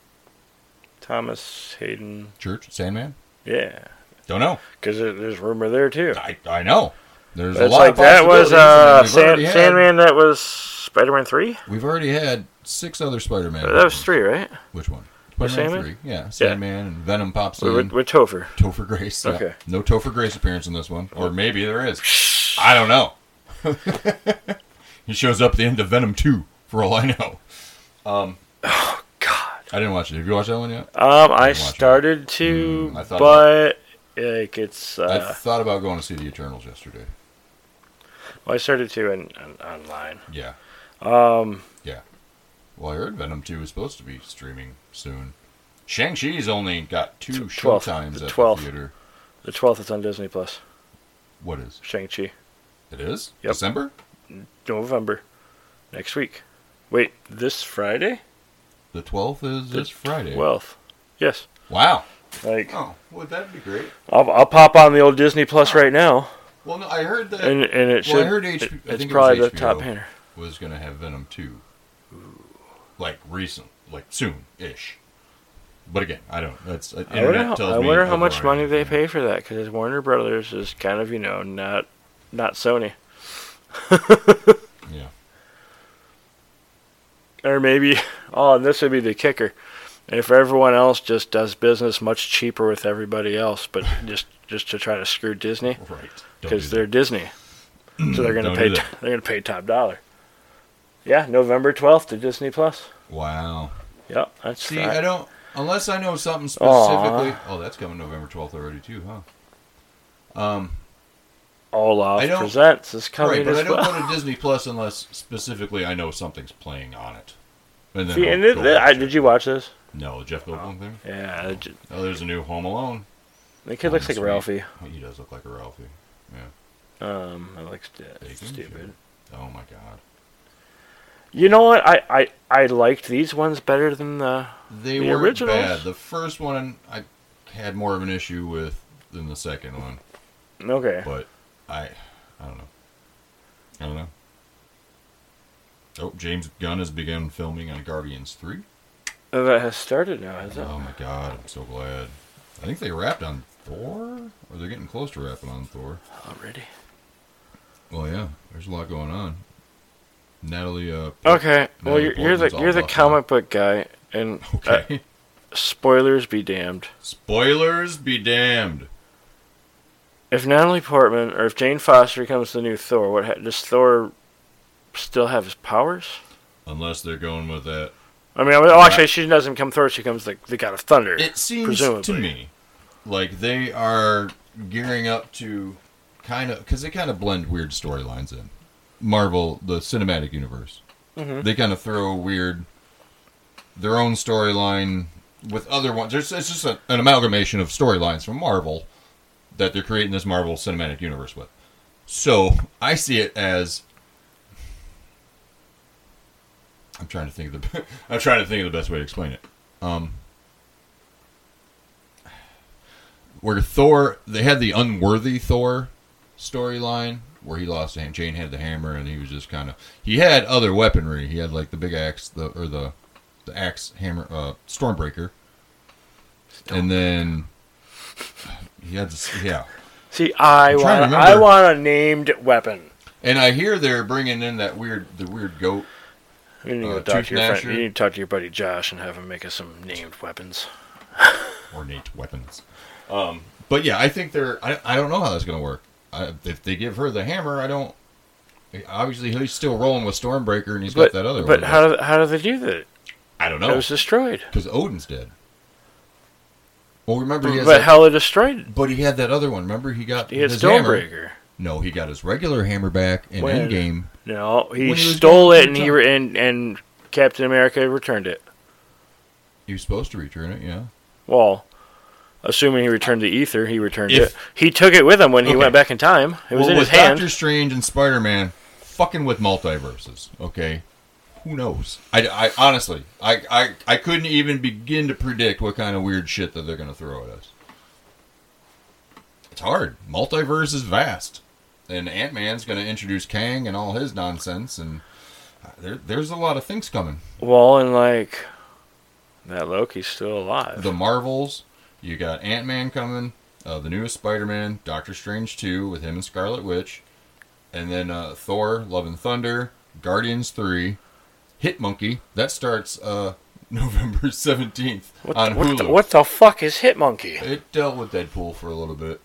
[SPEAKER 2] Thomas Hayden.
[SPEAKER 3] Church Sandman?
[SPEAKER 2] Yeah,
[SPEAKER 3] Don't know.
[SPEAKER 2] because there's rumor there too.
[SPEAKER 3] I, I know. There's a
[SPEAKER 2] That's
[SPEAKER 3] lot
[SPEAKER 2] like
[SPEAKER 3] of
[SPEAKER 2] that was uh,
[SPEAKER 3] possibilities, and
[SPEAKER 2] Sand,
[SPEAKER 3] we've already had-
[SPEAKER 2] Sandman. That was Spider-Man three.
[SPEAKER 3] We've already had six other Spider-Man.
[SPEAKER 2] That was three, right?
[SPEAKER 3] Which one?
[SPEAKER 2] The
[SPEAKER 3] Spider-Man
[SPEAKER 2] Sandman?
[SPEAKER 3] three. Yeah, Sandman and Venom pops in.
[SPEAKER 2] With, with Topher.
[SPEAKER 3] Topher Grace. yeah.
[SPEAKER 2] Okay. Oh.
[SPEAKER 3] No Topher Grace appearance in this one, or maybe there is. I don't know. he shows up at the end of Venom two, for all I know.
[SPEAKER 2] God.
[SPEAKER 3] I didn't watch it. Have you watched that one yet?
[SPEAKER 2] Um, I
[SPEAKER 3] watch it.
[SPEAKER 2] started to,
[SPEAKER 3] Mm, I thought
[SPEAKER 2] but like it's
[SPEAKER 3] I
[SPEAKER 2] uh,
[SPEAKER 3] thought about going to see the Eternals yesterday.
[SPEAKER 2] well, I started to in, on online.
[SPEAKER 3] Yeah. Um. Yeah. Well, I heard Venom two is supposed to be streaming soon. Shang Chi's only got two
[SPEAKER 2] Tw-
[SPEAKER 3] show
[SPEAKER 2] 12th.
[SPEAKER 3] times
[SPEAKER 2] The
[SPEAKER 3] at the
[SPEAKER 2] 12th.
[SPEAKER 3] theater.
[SPEAKER 2] The twelfth is on Disney Plus.
[SPEAKER 3] What is
[SPEAKER 2] Shang Chi,
[SPEAKER 3] it? Is
[SPEAKER 2] Yep.
[SPEAKER 3] December?
[SPEAKER 2] November, next week. Wait, this Friday?
[SPEAKER 3] The twelfth is
[SPEAKER 2] The
[SPEAKER 3] this Friday.
[SPEAKER 2] Twelfth. Yes.
[SPEAKER 3] wow.
[SPEAKER 2] Like
[SPEAKER 3] Oh, would that be great?
[SPEAKER 2] I'll, I'll pop on the old Disney Plus right now,
[SPEAKER 3] Well, no, I heard that
[SPEAKER 2] and and it
[SPEAKER 3] Well, I
[SPEAKER 2] should.
[SPEAKER 3] heard H-
[SPEAKER 2] it-
[SPEAKER 3] I
[SPEAKER 2] it's
[SPEAKER 3] think it was
[SPEAKER 2] probably the
[SPEAKER 3] HBO.
[SPEAKER 2] top banner.
[SPEAKER 3] was going to have Venom 2. Like recent, like soon ish. But again, I don't. That's uh,
[SPEAKER 2] I wonder,
[SPEAKER 3] internet
[SPEAKER 2] how,
[SPEAKER 3] tells
[SPEAKER 2] I
[SPEAKER 3] me
[SPEAKER 2] wonder how
[SPEAKER 3] over
[SPEAKER 2] much
[SPEAKER 3] and
[SPEAKER 2] money they
[SPEAKER 3] over.
[SPEAKER 2] pay for that because Warner Brothers is kind of you know not not Sony.
[SPEAKER 3] Yeah.
[SPEAKER 2] or maybe oh and this would be the kicker if everyone else just does business much cheaper with everybody else but just just to try to screw disney
[SPEAKER 3] Right. Don't do
[SPEAKER 2] because
[SPEAKER 3] that.
[SPEAKER 2] they're disney so they're gonna
[SPEAKER 3] Mm, Don't
[SPEAKER 2] pay
[SPEAKER 3] do
[SPEAKER 2] t-
[SPEAKER 3] that.
[SPEAKER 2] they're gonna pay top dollar yeah november 12th to disney plus
[SPEAKER 3] Wow.
[SPEAKER 2] yep that's
[SPEAKER 3] See,
[SPEAKER 2] that.
[SPEAKER 3] I don't. Unless I know
[SPEAKER 2] Aw.
[SPEAKER 3] something specifically. Oh, that's coming November 12th already, too, huh?
[SPEAKER 2] olaf
[SPEAKER 3] I don't-
[SPEAKER 2] presents is coming
[SPEAKER 3] right, but I
[SPEAKER 2] as
[SPEAKER 3] don't
[SPEAKER 2] well
[SPEAKER 3] go to Disney Plus unless specifically I know something's playing on it. And then
[SPEAKER 2] See, and
[SPEAKER 3] I'll
[SPEAKER 2] th-
[SPEAKER 3] go
[SPEAKER 2] th- I,
[SPEAKER 3] watch
[SPEAKER 2] did you watch this?
[SPEAKER 3] it. no, the Jeff Goldblum thing.
[SPEAKER 2] Yeah, I ju-
[SPEAKER 3] Oh, there's a new Home Alone.
[SPEAKER 2] the kid looks like
[SPEAKER 3] Sweet.
[SPEAKER 2] Ralphie.
[SPEAKER 3] He does look like a Ralphie.
[SPEAKER 2] Um, that looks d-
[SPEAKER 3] Bacon?
[SPEAKER 2] stupid.
[SPEAKER 3] Oh my god.
[SPEAKER 2] You know what? I, I I liked these ones better than the.
[SPEAKER 3] They
[SPEAKER 2] The
[SPEAKER 3] were
[SPEAKER 2] originals?
[SPEAKER 3] bad. The first one I had more of an issue with than the second one,
[SPEAKER 2] Okay.
[SPEAKER 3] but I, I don't know. I don't know. Oh, James Gunn has begun filming on Guardians Three.
[SPEAKER 2] Uh, That has started now, has it?
[SPEAKER 3] Oh my god, I'm so glad. I think they wrapped on Thor, or they're getting close to wrapping on Thor.
[SPEAKER 2] Already.
[SPEAKER 3] Well, yeah, there's a lot going on. Natalie, uh,
[SPEAKER 2] Okay. Well, you're,
[SPEAKER 3] Natalie
[SPEAKER 2] you're the
[SPEAKER 3] Portman's all
[SPEAKER 2] you're the
[SPEAKER 3] buffed up.
[SPEAKER 2] comic book guy, and uh,
[SPEAKER 3] Okay.
[SPEAKER 2] spoilers be damned.
[SPEAKER 3] Spoilers be damned.
[SPEAKER 2] If Natalie Portman or if Jane Foster becomes the new Thor, what ha- does Thor still have his powers?
[SPEAKER 3] Unless they're going with that.
[SPEAKER 2] I mean, I mean, oh, actually, she doesn't become Thor. She becomes the, the God of Thunder.
[SPEAKER 3] It seems to
[SPEAKER 2] presumably.
[SPEAKER 3] me like they are gearing up to kind of because they kind of blend weird storylines in Marvel, the cinematic universe. They kind of throw weird their own storyline with other ones. There's, it's just a, an amalgamation of storylines from Marvel that they're creating this Marvel cinematic universe with. So I see it as I'm trying to think of the I'm trying to think of the best way to explain it. Um, where Thor they had the unworthy Thor storyline where he lost the hand. Jane had the hammer and he was just kind of he had other weaponry. He had like the big axe the or the the axe hammer uh stormbreaker. And then he had this, yeah.
[SPEAKER 2] See, I
[SPEAKER 3] I'm trying
[SPEAKER 2] want
[SPEAKER 3] to
[SPEAKER 2] I
[SPEAKER 3] remember.
[SPEAKER 2] want a named weapon.
[SPEAKER 3] And I hear they're bringing in that weird the weird goat.
[SPEAKER 2] You need to
[SPEAKER 3] Uh,
[SPEAKER 2] go talk
[SPEAKER 3] Tooth
[SPEAKER 2] to your friend.
[SPEAKER 3] Gnasher?
[SPEAKER 2] You need to talk to your buddy Josh and have him make us some named weapons.
[SPEAKER 3] ornate weapons. Um, but yeah, I think they're. I, I don't know how that's going to work. I, if they give her the hammer, I don't. Obviously, he's still rolling with Stormbreaker, and he's
[SPEAKER 2] But,
[SPEAKER 3] got that other.
[SPEAKER 2] but
[SPEAKER 3] one.
[SPEAKER 2] how do, how do they do that?
[SPEAKER 3] I don't
[SPEAKER 2] It
[SPEAKER 3] know
[SPEAKER 2] was destroyed.
[SPEAKER 3] because Odin's dead. Well, remember he has.
[SPEAKER 2] But
[SPEAKER 3] that-
[SPEAKER 2] Hela destroyed it.
[SPEAKER 3] but he had that other one. Remember he got
[SPEAKER 2] He had
[SPEAKER 3] his hammer.
[SPEAKER 2] Stormbreaker.
[SPEAKER 3] No, he got his regular hammer back in
[SPEAKER 2] When?
[SPEAKER 3] Endgame.
[SPEAKER 2] No, he,
[SPEAKER 3] When he was
[SPEAKER 2] stole
[SPEAKER 3] going
[SPEAKER 2] it
[SPEAKER 3] to
[SPEAKER 2] and
[SPEAKER 3] the
[SPEAKER 2] he
[SPEAKER 3] top.
[SPEAKER 2] re- and and Captain America returned it.
[SPEAKER 3] He was supposed to return it. Yeah.
[SPEAKER 2] Well, assuming he returned the ether, he returned
[SPEAKER 3] If-
[SPEAKER 2] it. He took it with him when he
[SPEAKER 3] Okay.
[SPEAKER 2] went back in time. It was
[SPEAKER 3] well,
[SPEAKER 2] in
[SPEAKER 3] with
[SPEAKER 2] his hand.
[SPEAKER 3] Doctor Strange and Spider Man fucking with multiverses, okay? Who knows? I, I honestly, I, I, I couldn't even begin to predict what kind of weird shit that they're going to throw at us. It's hard. Multiverse is vast, and Ant Man's going to introduce Kang and all his nonsense, and uh, there, there's a lot of things coming.
[SPEAKER 2] Well, and like that Loki's still alive.
[SPEAKER 3] The Marvels, you got Ant Man coming, uh, the newest Spider Man, Doctor Strange 2 with him and Scarlet Witch, and then uh, Thor, Love and Thunder, Guardians 3, Hit Monkey. That starts uh, November 17th
[SPEAKER 2] what,
[SPEAKER 3] on
[SPEAKER 2] what
[SPEAKER 3] Hulu.
[SPEAKER 2] the, what the fuck is Hitmonkey?
[SPEAKER 3] It dealt with Deadpool for a little bit.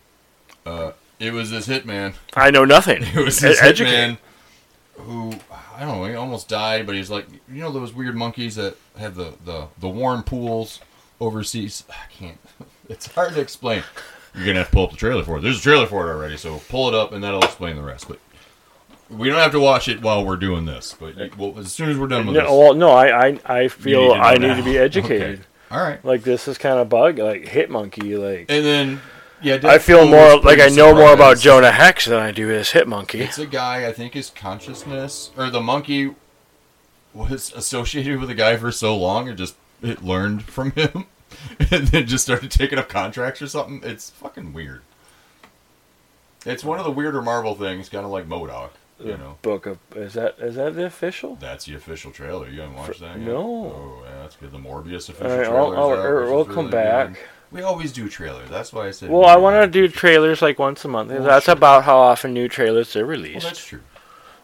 [SPEAKER 3] Uh, it was this Hitman.
[SPEAKER 2] I know nothing.
[SPEAKER 3] It was
[SPEAKER 2] E-
[SPEAKER 3] this
[SPEAKER 2] educate-
[SPEAKER 3] Hitman who, I don't know, he almost died, but he's like, you know, those weird monkeys that have the, the, the warm pools overseas? I can't. It's hard to explain. You're going to have to pull up the trailer for it. There's a trailer for it already, so pull it up and that'll explain the rest. But we don't have to watch it while we're doing this. But you- well, as soon as we're done with
[SPEAKER 2] No,
[SPEAKER 3] this,
[SPEAKER 2] well, no, I I, I
[SPEAKER 3] you
[SPEAKER 2] feel
[SPEAKER 3] know
[SPEAKER 2] I
[SPEAKER 3] now.
[SPEAKER 2] need to be educated.
[SPEAKER 3] Okay. All right.
[SPEAKER 2] Like this is kind of bug like Hitmonkey. Like
[SPEAKER 3] And then, yeah,
[SPEAKER 2] I feel
[SPEAKER 3] Deadpool
[SPEAKER 2] more
[SPEAKER 3] was
[SPEAKER 2] like I
[SPEAKER 3] pretty
[SPEAKER 2] know more about
[SPEAKER 3] surprised.
[SPEAKER 2] Jonah Hex than I do this Hitmonkey.
[SPEAKER 3] It's a guy, I think his consciousness or the monkey was associated with a guy for so long it just it learned from him and then just started taking up contracts or something. It's fucking weird. It's one of the weirder Marvel things, kind of like Modoc, you know.
[SPEAKER 2] Book of is that is that the official?
[SPEAKER 3] That's the official trailer. You haven't watched that yet?
[SPEAKER 2] no.
[SPEAKER 3] Oh, yeah, that's good. The Morbius official
[SPEAKER 2] All right, I'll,
[SPEAKER 3] trailer's
[SPEAKER 2] I'll, er,
[SPEAKER 3] out, which is
[SPEAKER 2] we'll come
[SPEAKER 3] really
[SPEAKER 2] back.
[SPEAKER 3] good. We always do trailers. That's why I said.
[SPEAKER 2] Well, I want to do trailers like once a month. 'cause
[SPEAKER 3] Well,
[SPEAKER 2] That's
[SPEAKER 3] Oh, sure.
[SPEAKER 2] about how often new trailers are
[SPEAKER 3] Well, that's
[SPEAKER 2] released.
[SPEAKER 3] true.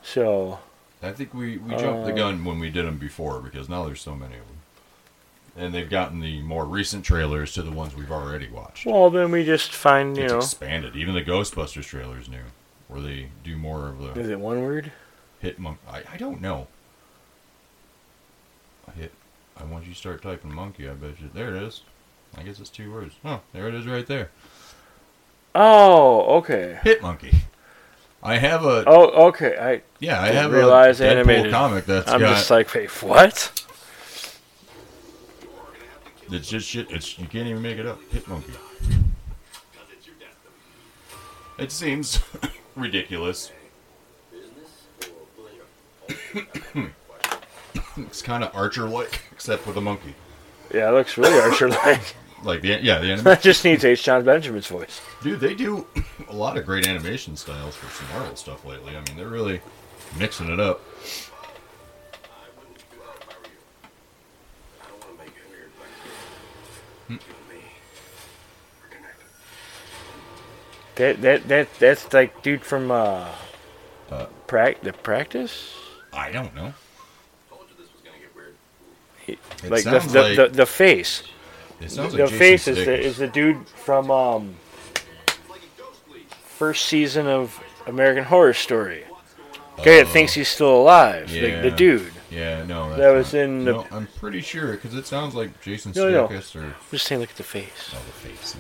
[SPEAKER 2] So
[SPEAKER 3] I think we, we jumped the
[SPEAKER 2] Uh,
[SPEAKER 3] gun when we did them before because now there's so many of them. And they've gotten the more recent trailers to the ones we've already watched.
[SPEAKER 2] well, then we just find you
[SPEAKER 3] it's
[SPEAKER 2] know
[SPEAKER 3] expanded. Even the Ghostbusters trailer's new, where they do more of
[SPEAKER 2] is
[SPEAKER 3] the
[SPEAKER 2] it one word?
[SPEAKER 3] hit monk. I, I don't know. I hit. I want you to start typing monkey. I bet you. There it is. I guess it's two words. Oh, there it is right there.
[SPEAKER 2] Oh, okay.
[SPEAKER 3] Hit monkey. I have a
[SPEAKER 2] Oh, okay. I
[SPEAKER 3] yeah. I
[SPEAKER 2] didn't
[SPEAKER 3] have
[SPEAKER 2] realize
[SPEAKER 3] a Deadpool
[SPEAKER 2] animated.
[SPEAKER 3] comic that's
[SPEAKER 2] I'm
[SPEAKER 3] got
[SPEAKER 2] just like, wait, what?
[SPEAKER 3] It's just shit. It's you can't even make it up. Hit monkey. It seems ridiculous. it's kind of Archer-like, except with a monkey.
[SPEAKER 2] Yeah, it looks really Archer like.
[SPEAKER 3] Like the yeah, the anime.
[SPEAKER 2] That just needs H. John Benjamin's voice.
[SPEAKER 3] Dude, they do a lot of great animation styles for some Marvel stuff lately. I mean, they're really mixing it up. Hmm.
[SPEAKER 2] That that that that's like dude from uh,
[SPEAKER 3] Uh.
[SPEAKER 2] prac the practice.
[SPEAKER 3] I don't know.
[SPEAKER 2] He-
[SPEAKER 3] It
[SPEAKER 2] like the
[SPEAKER 3] sounds
[SPEAKER 2] the,
[SPEAKER 3] like-
[SPEAKER 2] the the face.
[SPEAKER 3] It sounds
[SPEAKER 2] the
[SPEAKER 3] like Jason
[SPEAKER 2] face is the,
[SPEAKER 3] Statham.
[SPEAKER 2] is the dude from um, first season of American Horror Story. Guy that thinks he's still alive.
[SPEAKER 3] Oh. Yeah.
[SPEAKER 2] The, the dude.
[SPEAKER 3] Yeah, no.
[SPEAKER 2] That
[SPEAKER 3] that's
[SPEAKER 2] was
[SPEAKER 3] not-
[SPEAKER 2] in the-
[SPEAKER 3] No, I'm pretty sure because it sounds like Jason
[SPEAKER 2] No, no.
[SPEAKER 3] Sudeikis or
[SPEAKER 2] I'm just saying, look at the face.
[SPEAKER 3] oh, the face.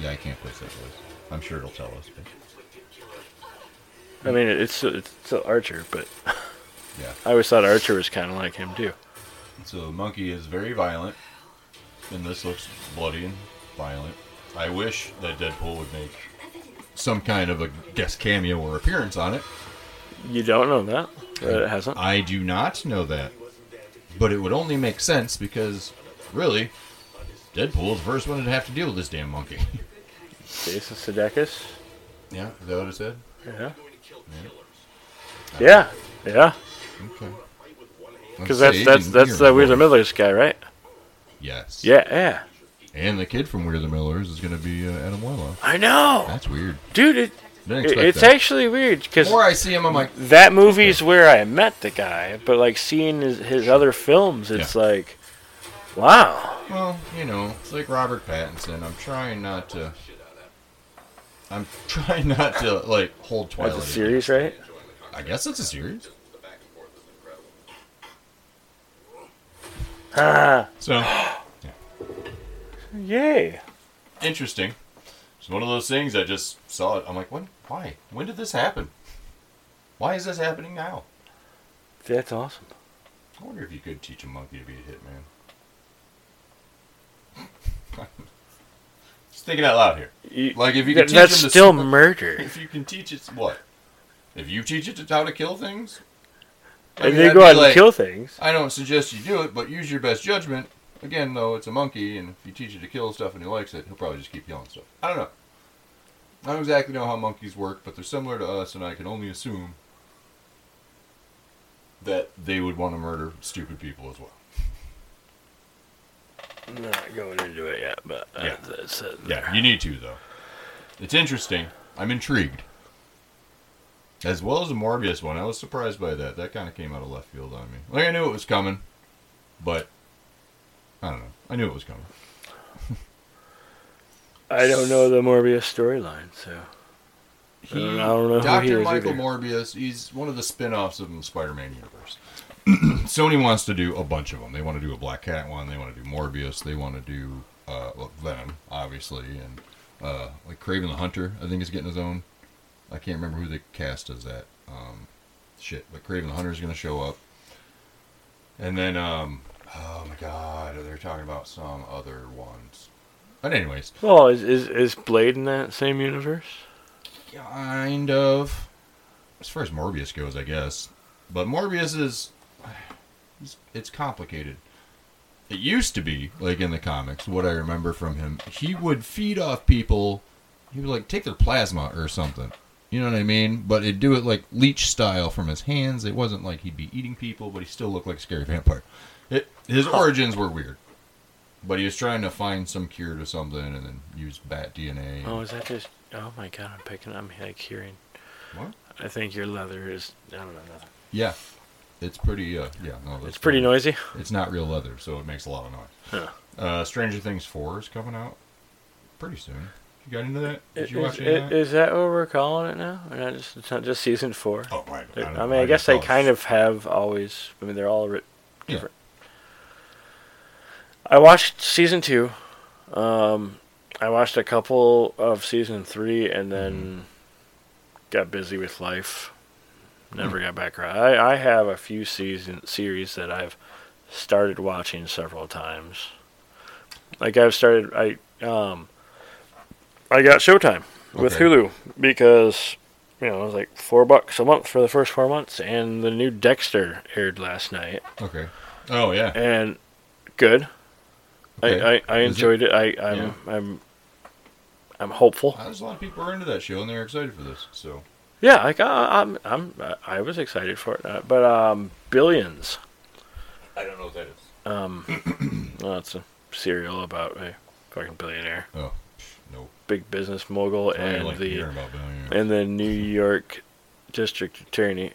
[SPEAKER 3] Yeah, I can't place that voice. I'm sure it'll tell us, but
[SPEAKER 2] I mean, it's it's still Archer, but
[SPEAKER 3] yeah.
[SPEAKER 2] I always thought Archer was kind of like him too.
[SPEAKER 3] So the monkey is very violent, and this looks bloody and violent. I wish that Deadpool would make some kind of a guest cameo or appearance on it.
[SPEAKER 2] You don't know that, but it hasn't.
[SPEAKER 3] I do not know that, but it would only make sense because, really, Deadpool's the first one to have to deal with this damn monkey.
[SPEAKER 2] Jason Sudeikis.
[SPEAKER 3] yeah, is that what it said?
[SPEAKER 2] Yeah. Yeah. Yeah.
[SPEAKER 3] Okay.
[SPEAKER 2] Because
[SPEAKER 3] Let's
[SPEAKER 2] that's
[SPEAKER 3] see,
[SPEAKER 2] that's that's
[SPEAKER 3] Ian Muir
[SPEAKER 2] the Weird
[SPEAKER 3] was-
[SPEAKER 2] the Millers guy, right?
[SPEAKER 3] Yes.
[SPEAKER 2] Yeah. Yeah.
[SPEAKER 3] And the kid from We're the Millers is going to be uh, Adam Warlock.
[SPEAKER 2] I know,
[SPEAKER 3] That's weird.
[SPEAKER 2] dude. It,
[SPEAKER 3] Didn't
[SPEAKER 2] it
[SPEAKER 3] expect
[SPEAKER 2] it's
[SPEAKER 3] that.
[SPEAKER 2] actually weird because
[SPEAKER 3] More I see him, I'm like,
[SPEAKER 2] that movie's where I met the guy, but like seeing his, his other films, it's like, wow.
[SPEAKER 3] Well, you know, it's like Robert Pattinson. I'm trying not to. I'm trying not to like hold Twilight.
[SPEAKER 2] That's a series, right?
[SPEAKER 3] I guess it's a series.
[SPEAKER 2] Ah,
[SPEAKER 3] So
[SPEAKER 2] yay.
[SPEAKER 3] interesting. It's one of those things. I just saw it. I'm like, when? Why? When did this happen? Why is this happening now?
[SPEAKER 2] That's awesome.
[SPEAKER 3] I wonder if you could teach a monkey to be a hitman. just thinking out loud here.
[SPEAKER 2] You-
[SPEAKER 3] Like if you
[SPEAKER 2] that-
[SPEAKER 3] could teach
[SPEAKER 2] that's
[SPEAKER 3] him to
[SPEAKER 2] still
[SPEAKER 3] smoke-
[SPEAKER 2] murder.
[SPEAKER 3] If you can teach it, what? If you teach it to how to kill things, I
[SPEAKER 2] and
[SPEAKER 3] mean,
[SPEAKER 2] they
[SPEAKER 3] that'd
[SPEAKER 2] go
[SPEAKER 3] be
[SPEAKER 2] out and
[SPEAKER 3] like-
[SPEAKER 2] kill things.
[SPEAKER 3] I don't suggest you do it, but use your best judgment. Again, though, it's a monkey, and if you teach it to kill stuff and he likes it, he'll probably just keep killing stuff. I don't know. I don't exactly know how monkeys work, but they're similar to us, and I can only assume that they would want to murder stupid people as well.
[SPEAKER 2] I'm not going into it yet, but uh,
[SPEAKER 3] Yeah.
[SPEAKER 2] that's it.
[SPEAKER 3] Yeah, you need to, though. It's interesting. I'm intrigued. As well as the Morbius one, I was surprised by that. That kind of came out of left field on me. Like, I knew it was coming, but I don't know. I knew it was coming.
[SPEAKER 2] I don't know the Morbius storyline, so I don't know- I don't know who
[SPEAKER 3] Dr.
[SPEAKER 2] he is
[SPEAKER 3] Michael
[SPEAKER 2] either.
[SPEAKER 3] Morbius, he's one of the spin offs of the Spider Man universe. Sony wants to do a bunch of them. They want to do a Black Cat one, they want to do Morbius, they want to do uh, well, Venom, obviously, and uh, like Craven the Hunter, I think, is getting his own. I can't remember who the cast is that. Um, shit, but Craven the Hunter is going to show up. And then, um, oh my god, they're talking about some other ones. But, anyways,
[SPEAKER 2] well, is, is is Blade in that same universe?
[SPEAKER 3] Kind of. As far as Morbius goes, I guess. But Morbius is. it's- It's complicated. It used to be, like in the comics, what I remember from him, he would feed off people. He would, like, take their plasma or something. You know what I mean? But it'd do it, like, leech style from his hands. It wasn't like he'd be eating people, but he still looked like a scary vampire. It, his origins were weird. But he was trying to find some cure to something and then use bat DNA.
[SPEAKER 2] Oh, is that just? Oh my God, I'm picking. I'm like hearing.
[SPEAKER 3] What?
[SPEAKER 2] I think your leather is. I don't know. Nothing.
[SPEAKER 3] Yeah, it's pretty. Uh, yeah, no, that's
[SPEAKER 2] It's pretty
[SPEAKER 3] fine.
[SPEAKER 2] noisy.
[SPEAKER 3] It's not real leather, so it makes a lot of noise.
[SPEAKER 2] Huh.
[SPEAKER 3] Uh, Stranger Things Four is coming out pretty soon. You got into that? Did
[SPEAKER 2] Is,
[SPEAKER 3] you
[SPEAKER 2] is,
[SPEAKER 3] watch any of that?
[SPEAKER 2] is that what we're calling it now? Or not just it's not just season four.
[SPEAKER 3] Oh, right.
[SPEAKER 2] I, mean, I, guess I kind of have always. I mean, they're all writ-
[SPEAKER 3] Yeah.
[SPEAKER 2] different. I watched season two. Um, I watched a
[SPEAKER 3] Mm-hmm.
[SPEAKER 2] couple of season three, and then got busy with life. Never
[SPEAKER 3] Hmm.
[SPEAKER 2] got back around. I, I have a few season series that I've started watching several times. Like I've started I um I got Showtime with
[SPEAKER 3] Okay.
[SPEAKER 2] Hulu because you know, it was like four bucks a month for the first four months and the new Dexter aired last night
[SPEAKER 3] Okay. Oh yeah.
[SPEAKER 2] and good.
[SPEAKER 3] Okay.
[SPEAKER 2] I, I, I
[SPEAKER 3] Is it-
[SPEAKER 2] enjoyed it. I, I'm I'm I'm hopeful.
[SPEAKER 3] There's a lot of people who are into that show and they're excited for this. So
[SPEAKER 2] Yeah, I, I, I'm, I'm, I was excited for it, uh, but um, Billions.
[SPEAKER 3] I don't know what that is.
[SPEAKER 2] Well, it's a serial about a fucking billionaire,
[SPEAKER 3] Oh psh, nope.
[SPEAKER 2] big business mogul,
[SPEAKER 3] I don't
[SPEAKER 2] and
[SPEAKER 3] like
[SPEAKER 2] the
[SPEAKER 3] hearing about billionaires.
[SPEAKER 2] and the New York district attorney.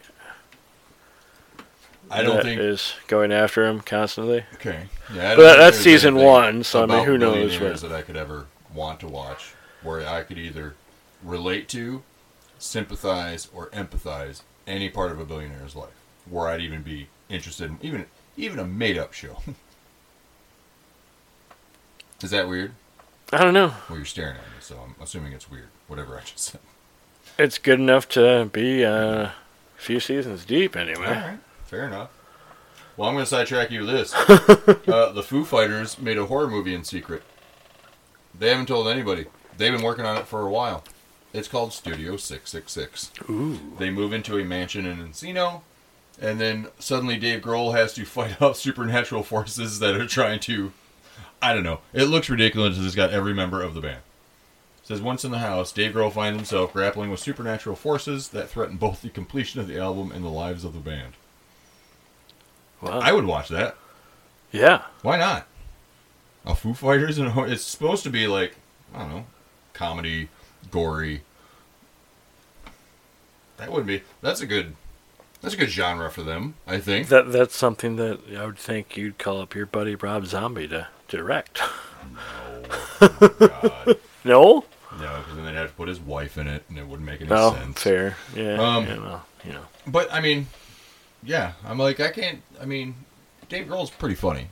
[SPEAKER 3] I don't
[SPEAKER 2] that
[SPEAKER 3] think.
[SPEAKER 2] is going after him constantly.
[SPEAKER 3] okay. Yeah. I
[SPEAKER 2] But that-
[SPEAKER 3] don't think
[SPEAKER 2] that's
[SPEAKER 3] there's
[SPEAKER 2] season
[SPEAKER 3] anything
[SPEAKER 2] one, so I mean,
[SPEAKER 3] about
[SPEAKER 2] who knows
[SPEAKER 3] billionaires
[SPEAKER 2] what-
[SPEAKER 3] that I could ever want to watch, where I could either relate to, sympathize, or empathize any part of a billionaire's life, where I'd even be interested in even even a made-up show. is that weird?
[SPEAKER 2] I don't know.
[SPEAKER 3] Well, you're staring at me, so I'm assuming it's weird. Whatever I just said.
[SPEAKER 2] It's good enough to be uh, a few seasons deep,
[SPEAKER 3] All
[SPEAKER 2] anyway.
[SPEAKER 3] right, fair enough. Well, I'm going to sidetrack you with this. uh, the Foo Fighters made a horror movie in secret. They haven't told anybody. They've been working on it for a while. It's called Studio 666.
[SPEAKER 2] Ooh,
[SPEAKER 3] They move into a mansion in Encino, and then suddenly Dave Grohl has to fight off supernatural forces that are trying to. I don't know. It looks ridiculous because it's got every member of the band. It says once in the house, Dave Grohl finds himself grappling with supernatural forces that threaten both the completion of the album and the lives of the band.
[SPEAKER 2] wow.
[SPEAKER 3] I would watch that.
[SPEAKER 2] yeah,
[SPEAKER 3] Why not? A Foo Fighters and a, hor- it's supposed to be like I don't know, comedy, gory. That would be that's a good that's a good genre for them. I think
[SPEAKER 2] that that's something that I would think you'd call up your buddy Rob Zombie to direct.
[SPEAKER 3] Oh, God.
[SPEAKER 2] no,
[SPEAKER 3] no, because then they'd have to put his wife in it, and it wouldn't make any
[SPEAKER 2] no,
[SPEAKER 3] sense.
[SPEAKER 2] Oh, fair. Yeah,
[SPEAKER 3] Um,
[SPEAKER 2] yeah, well, you know.
[SPEAKER 3] But I mean, yeah, I'm like I can't. I mean, Dave Grohl's pretty funny.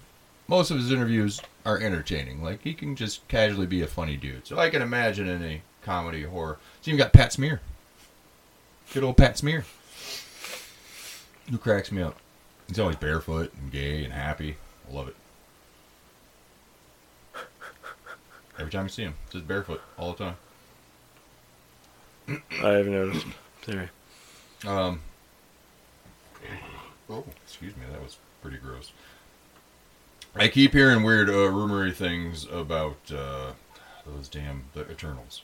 [SPEAKER 3] Most of his interviews are entertaining. Like he can just casually be a funny dude. So I can imagine in a comedy horror. It's even got Pat Smear. Good old Pat Smear. Who cracks me up? He's always barefoot and gay and happy. I love it. Every time you see him, just barefoot all the time.
[SPEAKER 2] I have noticed. Sorry.
[SPEAKER 3] Um. Oh, excuse me. That was pretty gross. I keep hearing weird, uh, rumory things about uh, those damn the Eternals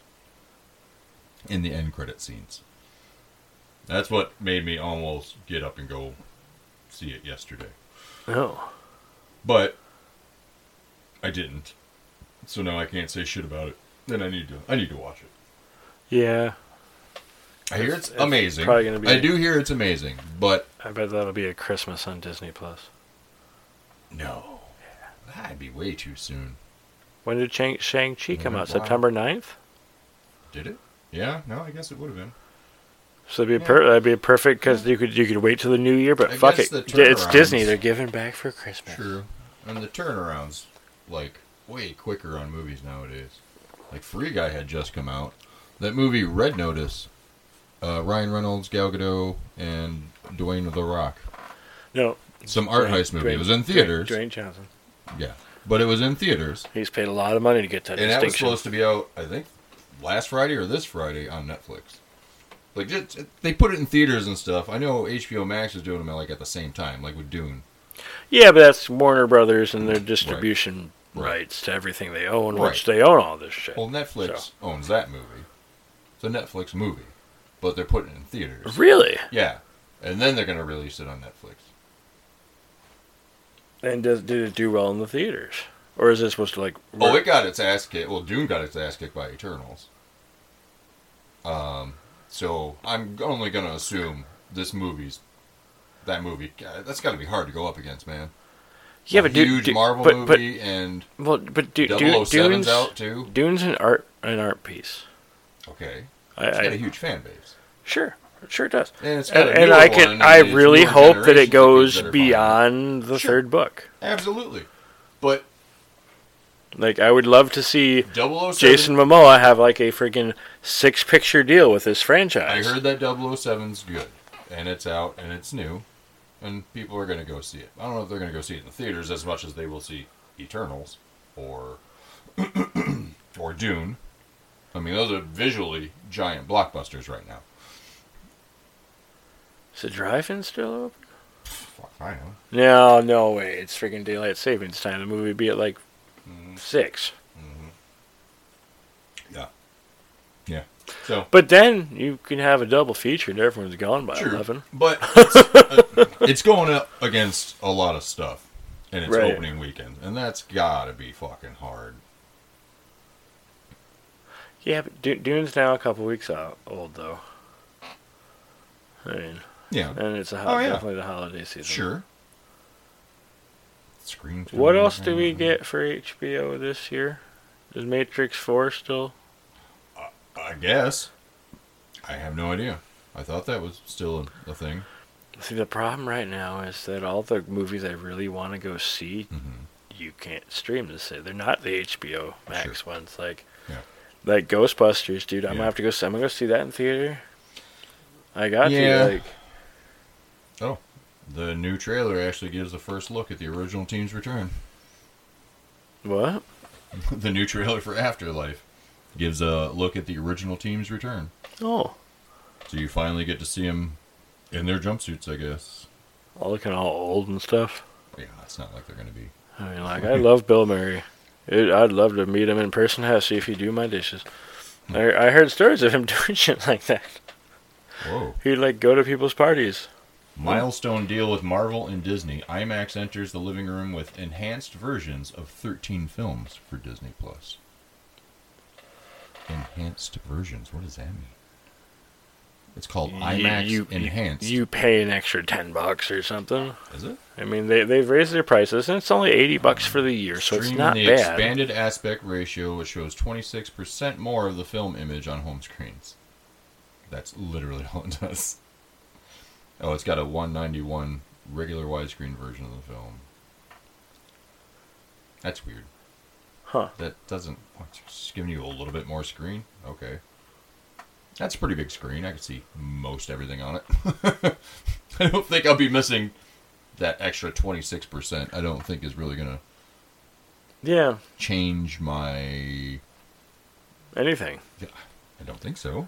[SPEAKER 3] in the end credit scenes. That's what made me almost get up and go see it yesterday,
[SPEAKER 2] Oh,
[SPEAKER 3] but I didn't. So now I can't say shit about it. Then I need to. I need to watch it.
[SPEAKER 2] yeah.
[SPEAKER 3] I hear it's,
[SPEAKER 2] It's- it's
[SPEAKER 3] amazing.
[SPEAKER 2] probably gonna be-
[SPEAKER 3] I do hear it's amazing, but
[SPEAKER 2] I bet that'll be a Christmas on Disney Plus.
[SPEAKER 3] No. That'd be way too soon.
[SPEAKER 2] When did Shang- Shang-Chi come
[SPEAKER 3] Mm,
[SPEAKER 2] out?
[SPEAKER 3] wow.
[SPEAKER 2] September 9th?
[SPEAKER 3] Did it? Yeah, no, I guess it would have been.
[SPEAKER 2] So that'd be, per- that'd be perfect because you could you could wait till the new year, but
[SPEAKER 3] I
[SPEAKER 2] fuck
[SPEAKER 3] guess
[SPEAKER 2] it,
[SPEAKER 3] the
[SPEAKER 2] D- it's Disney.
[SPEAKER 3] turnarounds-
[SPEAKER 2] They're giving back for Christmas.
[SPEAKER 3] True. And the turnarounds, like, way quicker on movies nowadays. Like, Free Guy had just come out. That movie, Red Notice, uh, Ryan Reynolds, Gal Gadot, and Dwayne The Rock.
[SPEAKER 2] No,
[SPEAKER 3] Some art
[SPEAKER 2] Dwayne-
[SPEAKER 3] heist movie.
[SPEAKER 2] Dwayne-
[SPEAKER 3] it was in
[SPEAKER 2] Dwayne-
[SPEAKER 3] theaters.
[SPEAKER 2] Dwayne Johnson.
[SPEAKER 3] Yeah. But it was in theaters.
[SPEAKER 2] He's paid a lot of money to get that
[SPEAKER 3] and that was
[SPEAKER 2] distinction.
[SPEAKER 3] supposed to be out, I think, last Friday or this Friday on Netflix. Like just, they put it in theaters and stuff. I know HBO Max is doing them like at the same time, like with Dune.
[SPEAKER 2] yeah, but that's Warner Brothers and their distribution
[SPEAKER 3] Right.
[SPEAKER 2] rights to everything they own, which
[SPEAKER 3] Right.
[SPEAKER 2] they own all this shit.
[SPEAKER 3] Well, Netflix
[SPEAKER 2] So-
[SPEAKER 3] owns that movie. It's a Netflix movie, but they're putting it in theaters.
[SPEAKER 2] Really?
[SPEAKER 3] Yeah, and then they're gonna release it on Netflix.
[SPEAKER 2] And does, did it do well in the theaters? Or is it supposed to like?
[SPEAKER 3] Oh,
[SPEAKER 2] work-
[SPEAKER 3] it got its ass kicked. Well, Dune got its ass kicked by Eternals. Um, so I'm only gonna assume this movie's that movie. God, that's got to be hard to go up against, man.
[SPEAKER 2] yeah,
[SPEAKER 3] a
[SPEAKER 2] but do-
[SPEAKER 3] huge
[SPEAKER 2] do-
[SPEAKER 3] Marvel
[SPEAKER 2] but, but
[SPEAKER 3] movie and
[SPEAKER 2] Well, but do, do,
[SPEAKER 3] 007's
[SPEAKER 2] Dune's
[SPEAKER 3] out too.
[SPEAKER 2] Dune's an art an art piece.
[SPEAKER 3] Okay,
[SPEAKER 2] I,
[SPEAKER 3] it's got a
[SPEAKER 2] I
[SPEAKER 3] huge fan base,
[SPEAKER 2] sure it sure does.
[SPEAKER 3] and it's got
[SPEAKER 2] Uh, And,
[SPEAKER 3] a
[SPEAKER 2] and
[SPEAKER 3] newer
[SPEAKER 2] I
[SPEAKER 3] one,
[SPEAKER 2] can
[SPEAKER 3] and
[SPEAKER 2] I
[SPEAKER 3] it's
[SPEAKER 2] really
[SPEAKER 3] newer
[SPEAKER 2] hope that
[SPEAKER 3] generations of
[SPEAKER 2] it goes
[SPEAKER 3] kids that are finding it.
[SPEAKER 2] beyond the
[SPEAKER 3] Sure.
[SPEAKER 2] third book.
[SPEAKER 3] Absolutely, but
[SPEAKER 2] Like I would love to see
[SPEAKER 3] 007,
[SPEAKER 2] Jason Momoa have like a freaking six picture deal with this
[SPEAKER 3] I
[SPEAKER 2] franchise.
[SPEAKER 3] heard that 007's good. and it's out and it's new, and people are going to go see it. I don't know if they're going to go see it in the theaters as much as they will see Eternals or or Dune. I mean, those are visually giant blockbusters right now.
[SPEAKER 2] Is the drive-in still open?
[SPEAKER 3] Fuck, I know.
[SPEAKER 2] No, no way. It's freaking daylight savings time. The movie would be at like
[SPEAKER 3] Mm-hmm.
[SPEAKER 2] six.
[SPEAKER 3] Yeah, yeah. So
[SPEAKER 2] But then you can have a double feature and everyone's gone by
[SPEAKER 3] Sure.
[SPEAKER 2] eleven.
[SPEAKER 3] But it's, uh, it's going up against a lot of stuff in its
[SPEAKER 2] Right.
[SPEAKER 3] opening weekend, and that's gotta be fucking hard.
[SPEAKER 2] Yeah, but Du- Dune's now a couple weeks out, old though. I mean,
[SPEAKER 3] Yeah,
[SPEAKER 2] and it's a ho-
[SPEAKER 3] Oh, yeah.
[SPEAKER 2] definitely the holiday season.
[SPEAKER 3] sure. Screen.
[SPEAKER 2] What else do we get for HBO this year? Is Matrix Four still?
[SPEAKER 3] I guess. I have no idea. I thought that was still a, a thing.
[SPEAKER 2] See, the problem right now is that all the movies I really want to go see,
[SPEAKER 3] Mhm.
[SPEAKER 2] you can't stream this. They're not the HBO Max ones. Like,
[SPEAKER 3] Yeah.
[SPEAKER 2] like Ghostbusters, dude. I'm
[SPEAKER 3] Yeah.
[SPEAKER 2] gonna have to go. See, I'm gonna go see that in theater. I got
[SPEAKER 3] Yeah.
[SPEAKER 2] to like.
[SPEAKER 3] The new trailer actually gives the first look at the original team's return.
[SPEAKER 2] What?
[SPEAKER 3] the new trailer for Afterlife gives a look at the original team's return.
[SPEAKER 2] Oh,
[SPEAKER 3] So you finally get to see them in their jumpsuits, I guess.
[SPEAKER 2] all looking all old and stuff.
[SPEAKER 3] Yeah, it's not like they're going to be.
[SPEAKER 2] I mean, like I love Bill Murray. It, I'd love to meet him in person. Have see if he do my dishes. I, I heard stories of him doing shit like that.
[SPEAKER 3] Whoa.
[SPEAKER 2] He'd like go to people's parties.
[SPEAKER 3] Milestone deal with Marvel and Disney. IMAX enters the living room with enhanced versions of 13 films for Disney Plus. Enhanced versions. What does that mean? It's called IMAX Enhanced.
[SPEAKER 2] You pay an extra ten bucks or something.
[SPEAKER 3] Is it?
[SPEAKER 2] I mean, they they've raised their prices, and it's only eighty bucks for the year, so it's
[SPEAKER 3] Streaming
[SPEAKER 2] not
[SPEAKER 3] the
[SPEAKER 2] bad.
[SPEAKER 3] expanded aspect ratio, which shows 26% more of the film image on home screens. That's literally all it does. Oh, it's got a 191 regular widescreen version of the film. That's weird.
[SPEAKER 2] Huh.
[SPEAKER 3] That doesn't. What's it's giving you a little bit more screen? Okay. That's a pretty big screen. I can see most everything on it. I don't think I'll be missing that extra 26%. I don't think is really going to
[SPEAKER 2] Yeah,
[SPEAKER 3] change my.
[SPEAKER 2] anything.
[SPEAKER 3] I don't think so.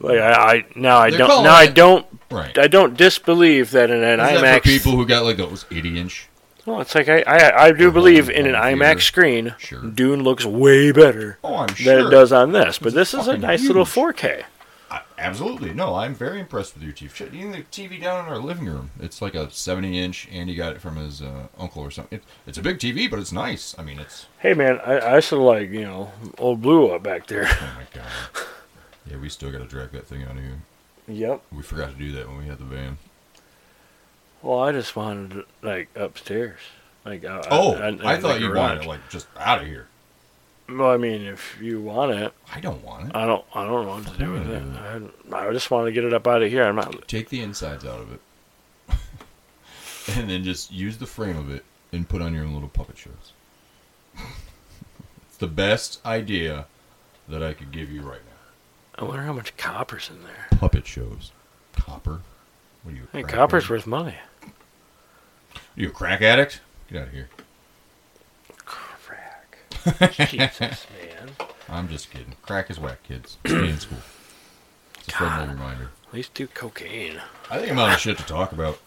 [SPEAKER 2] Like I, I now I
[SPEAKER 3] They're
[SPEAKER 2] don't
[SPEAKER 3] calling
[SPEAKER 2] now I
[SPEAKER 3] it-
[SPEAKER 2] don't
[SPEAKER 3] Right.
[SPEAKER 2] I don't disbelieve that in an
[SPEAKER 3] Is that
[SPEAKER 2] IMAX.
[SPEAKER 3] for people who got like those 80 inch?
[SPEAKER 2] Well, it's like I I, I do
[SPEAKER 3] Or
[SPEAKER 2] believe
[SPEAKER 3] home-
[SPEAKER 2] in an
[SPEAKER 3] home theater.
[SPEAKER 2] IMAX screen,
[SPEAKER 3] Sure.
[SPEAKER 2] Dune looks way better
[SPEAKER 3] Oh, I'm
[SPEAKER 2] than it does on this. But this is a
[SPEAKER 3] fucking
[SPEAKER 2] nice little
[SPEAKER 3] huge.
[SPEAKER 2] 4K.
[SPEAKER 3] I, absolutely. No, I'm very impressed with your TV. Shit, even the TV down in our living room. It's like a 70 inch, and he got it from his uh, uncle or something. It, it's a big TV, but it's nice. I mean, it's.
[SPEAKER 2] Hey man, I I should like you know old blue up back there.
[SPEAKER 3] Oh my god. yeah, we still got to drag that thing out of here.
[SPEAKER 2] yep.
[SPEAKER 3] We forgot to do that when we had the van.
[SPEAKER 2] Well, I just wanted like upstairs. Like I, I-
[SPEAKER 3] Oh,
[SPEAKER 2] I,
[SPEAKER 3] I, thought
[SPEAKER 2] like,
[SPEAKER 3] you
[SPEAKER 2] garage.
[SPEAKER 3] wanted it like just out of here.
[SPEAKER 2] Well, I mean, if you want it,
[SPEAKER 3] I don't want it.
[SPEAKER 2] I don't. I don't know what to do with it.
[SPEAKER 3] Mm.
[SPEAKER 2] I, don't- I just want to get it up out of here. I'm not.
[SPEAKER 3] Take the insides out of it, and then just use the frame of it and put on your own little puppet shows. it's the best idea that I could give you right now.
[SPEAKER 2] I wonder how much copper's in there.
[SPEAKER 3] Puppet shows, copper. What are you? a
[SPEAKER 2] Hey,
[SPEAKER 3] crack
[SPEAKER 2] copper's
[SPEAKER 3] addict?
[SPEAKER 2] worth money.
[SPEAKER 3] you a crack addict? Get out of here.
[SPEAKER 2] Crack. Jesus, man.
[SPEAKER 3] I'm just kidding. Crack is whack, kids. Stay in school. It's a friendly reminder.
[SPEAKER 2] At least do cocaine.
[SPEAKER 3] I think I'm out of shit to talk about.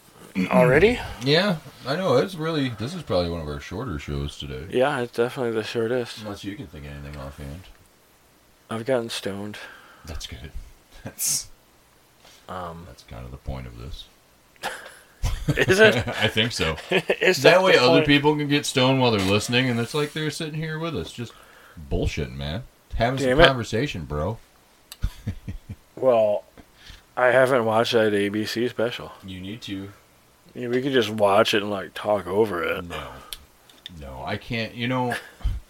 [SPEAKER 2] Already?
[SPEAKER 3] Yeah, I know. It's really. This is probably one of our shorter shows today.
[SPEAKER 2] Yeah, it's definitely the shortest.
[SPEAKER 3] Unless you can think of anything offhand.
[SPEAKER 2] I've gotten stoned.
[SPEAKER 3] That's good. That's
[SPEAKER 2] Um,
[SPEAKER 3] that's kind of the point of this.
[SPEAKER 2] is it?
[SPEAKER 3] I think so.
[SPEAKER 2] Is
[SPEAKER 3] that way,
[SPEAKER 2] the
[SPEAKER 3] other
[SPEAKER 2] point?
[SPEAKER 3] people can get stoned while they're listening, and it's like they're sitting here with us, just bullshitting, man. Having
[SPEAKER 2] Damn
[SPEAKER 3] some
[SPEAKER 2] it.
[SPEAKER 3] conversation, bro.
[SPEAKER 2] Well, I haven't watched that ABC special.
[SPEAKER 3] You need to.
[SPEAKER 2] You know, we could just watch it and like talk over it.
[SPEAKER 3] No, no, I can't. You know,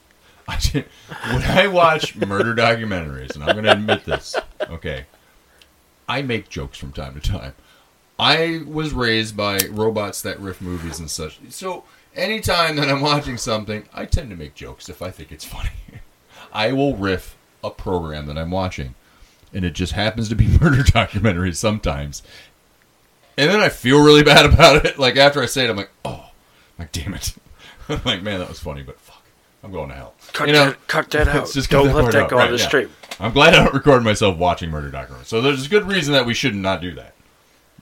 [SPEAKER 3] I did- when I watch murder documentaries, and I'm going to admit this, okay, I make jokes from time to time. I was raised by robots that riff movies and such, so anytime that I'm watching something, I tend to make jokes if I think it's funny. I will riff a program that I'm watching, and it just happens to be murder documentaries sometimes. And then I feel really bad about it. Like after I say it, I'm like, oh, I'm like damn it. I'm like, man, that was funny, but fuck, I'm going to hell.
[SPEAKER 2] Cut that, cut that out.
[SPEAKER 3] let's just cut
[SPEAKER 2] Don't let
[SPEAKER 3] part
[SPEAKER 2] that
[SPEAKER 3] out.
[SPEAKER 2] go
[SPEAKER 3] Right,
[SPEAKER 2] on the
[SPEAKER 3] yeah.
[SPEAKER 2] street.
[SPEAKER 3] I'm glad I don't record myself watching Murder Documentary. So there's a good reason that we should not do that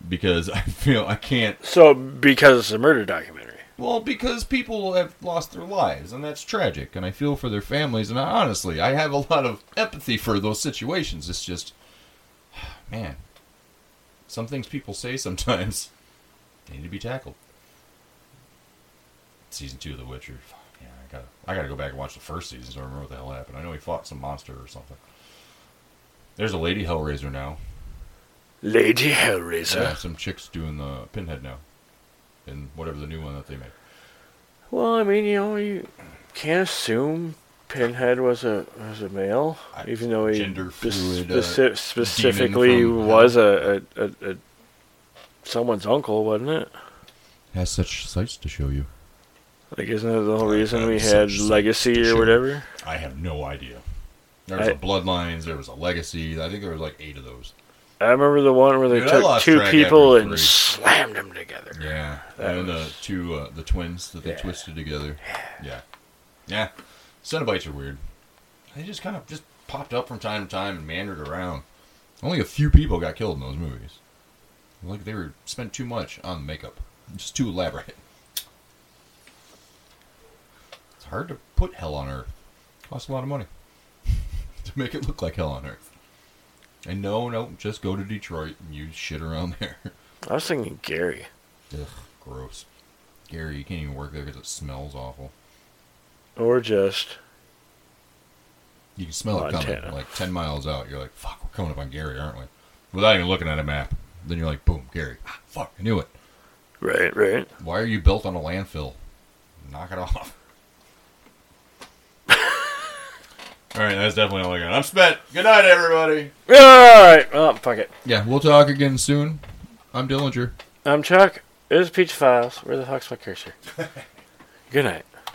[SPEAKER 3] because I feel I can't.
[SPEAKER 2] So, because it's a murder documentary.
[SPEAKER 3] Well, because people have lost their lives, and that's tragic, and I feel for their families, and I, honestly, I have a lot of empathy for those situations. It's just, man, some things people say sometimes they need to be tackled. Season two of The Witcher. Fuck, yeah, I gotta, I gotta go back and watch the first season so I remember what the hell happened. I know he fought some monster or something. There's a lady Hellraiser now.
[SPEAKER 2] Lady
[SPEAKER 3] Yeah,
[SPEAKER 2] Hellraiser.
[SPEAKER 3] some chicks doing the Pinhead now, and whatever the new one that they made.
[SPEAKER 2] Well, I mean, you know, you can't assume Pinhead was a was a male,
[SPEAKER 3] I-
[SPEAKER 2] even though he
[SPEAKER 3] gender
[SPEAKER 2] spec-
[SPEAKER 3] fluid, uh,
[SPEAKER 2] speci- specifically
[SPEAKER 3] demon from
[SPEAKER 2] was a, a, a, a someone's uncle, wasn't it?
[SPEAKER 3] Has such sights to show you.
[SPEAKER 2] Like, isn't that the whole reason we
[SPEAKER 3] such-
[SPEAKER 2] had
[SPEAKER 3] such
[SPEAKER 2] Legacy or
[SPEAKER 3] sure.
[SPEAKER 2] whatever?
[SPEAKER 3] I have no idea. There was
[SPEAKER 2] I-
[SPEAKER 3] a bloodlines. There was a legacy. I think there was like eight of those.
[SPEAKER 2] I remember the one where they
[SPEAKER 3] Dude, I
[SPEAKER 2] took
[SPEAKER 3] lost
[SPEAKER 2] two
[SPEAKER 3] track
[SPEAKER 2] people
[SPEAKER 3] after
[SPEAKER 2] and
[SPEAKER 3] three.
[SPEAKER 2] slammed them together.
[SPEAKER 3] Yeah,
[SPEAKER 2] That
[SPEAKER 3] and the
[SPEAKER 2] was-
[SPEAKER 3] two uh, the twins that they
[SPEAKER 2] Yeah.
[SPEAKER 3] twisted together. Yeah, yeah. Cenobites are weird. They just kind of just popped up from time to time and mandered around. Only a few people got killed in those movies. Like they were spent too much on makeup, just too elaborate. It's hard to put hell on earth. Costs a lot of money to make it look like hell on earth. And no, no, just go to Detroit and use shit around there.
[SPEAKER 2] I was thinking Gary.
[SPEAKER 3] Ugh, gross. Gary, you can't even work there because it smells awful.
[SPEAKER 2] Or just
[SPEAKER 3] You can smell it coming,
[SPEAKER 2] Montana.
[SPEAKER 3] like 10 miles out. You're like, fuck, we're coming up on Gary, aren't we? Without even looking at a map. Then you're like, boom, Gary. Ah, fuck, I knew it.
[SPEAKER 2] right, right.
[SPEAKER 3] Why are you built on a landfill? Knock it off. all right, that's definitely all I got. I'm spent. Good night, everybody.
[SPEAKER 2] All right. Well, fuck it.
[SPEAKER 3] Yeah, we'll talk again soon. I'm Dillinger.
[SPEAKER 2] I'm Chuck. It is Peach Files. Where the fuck's my cursor? Good night.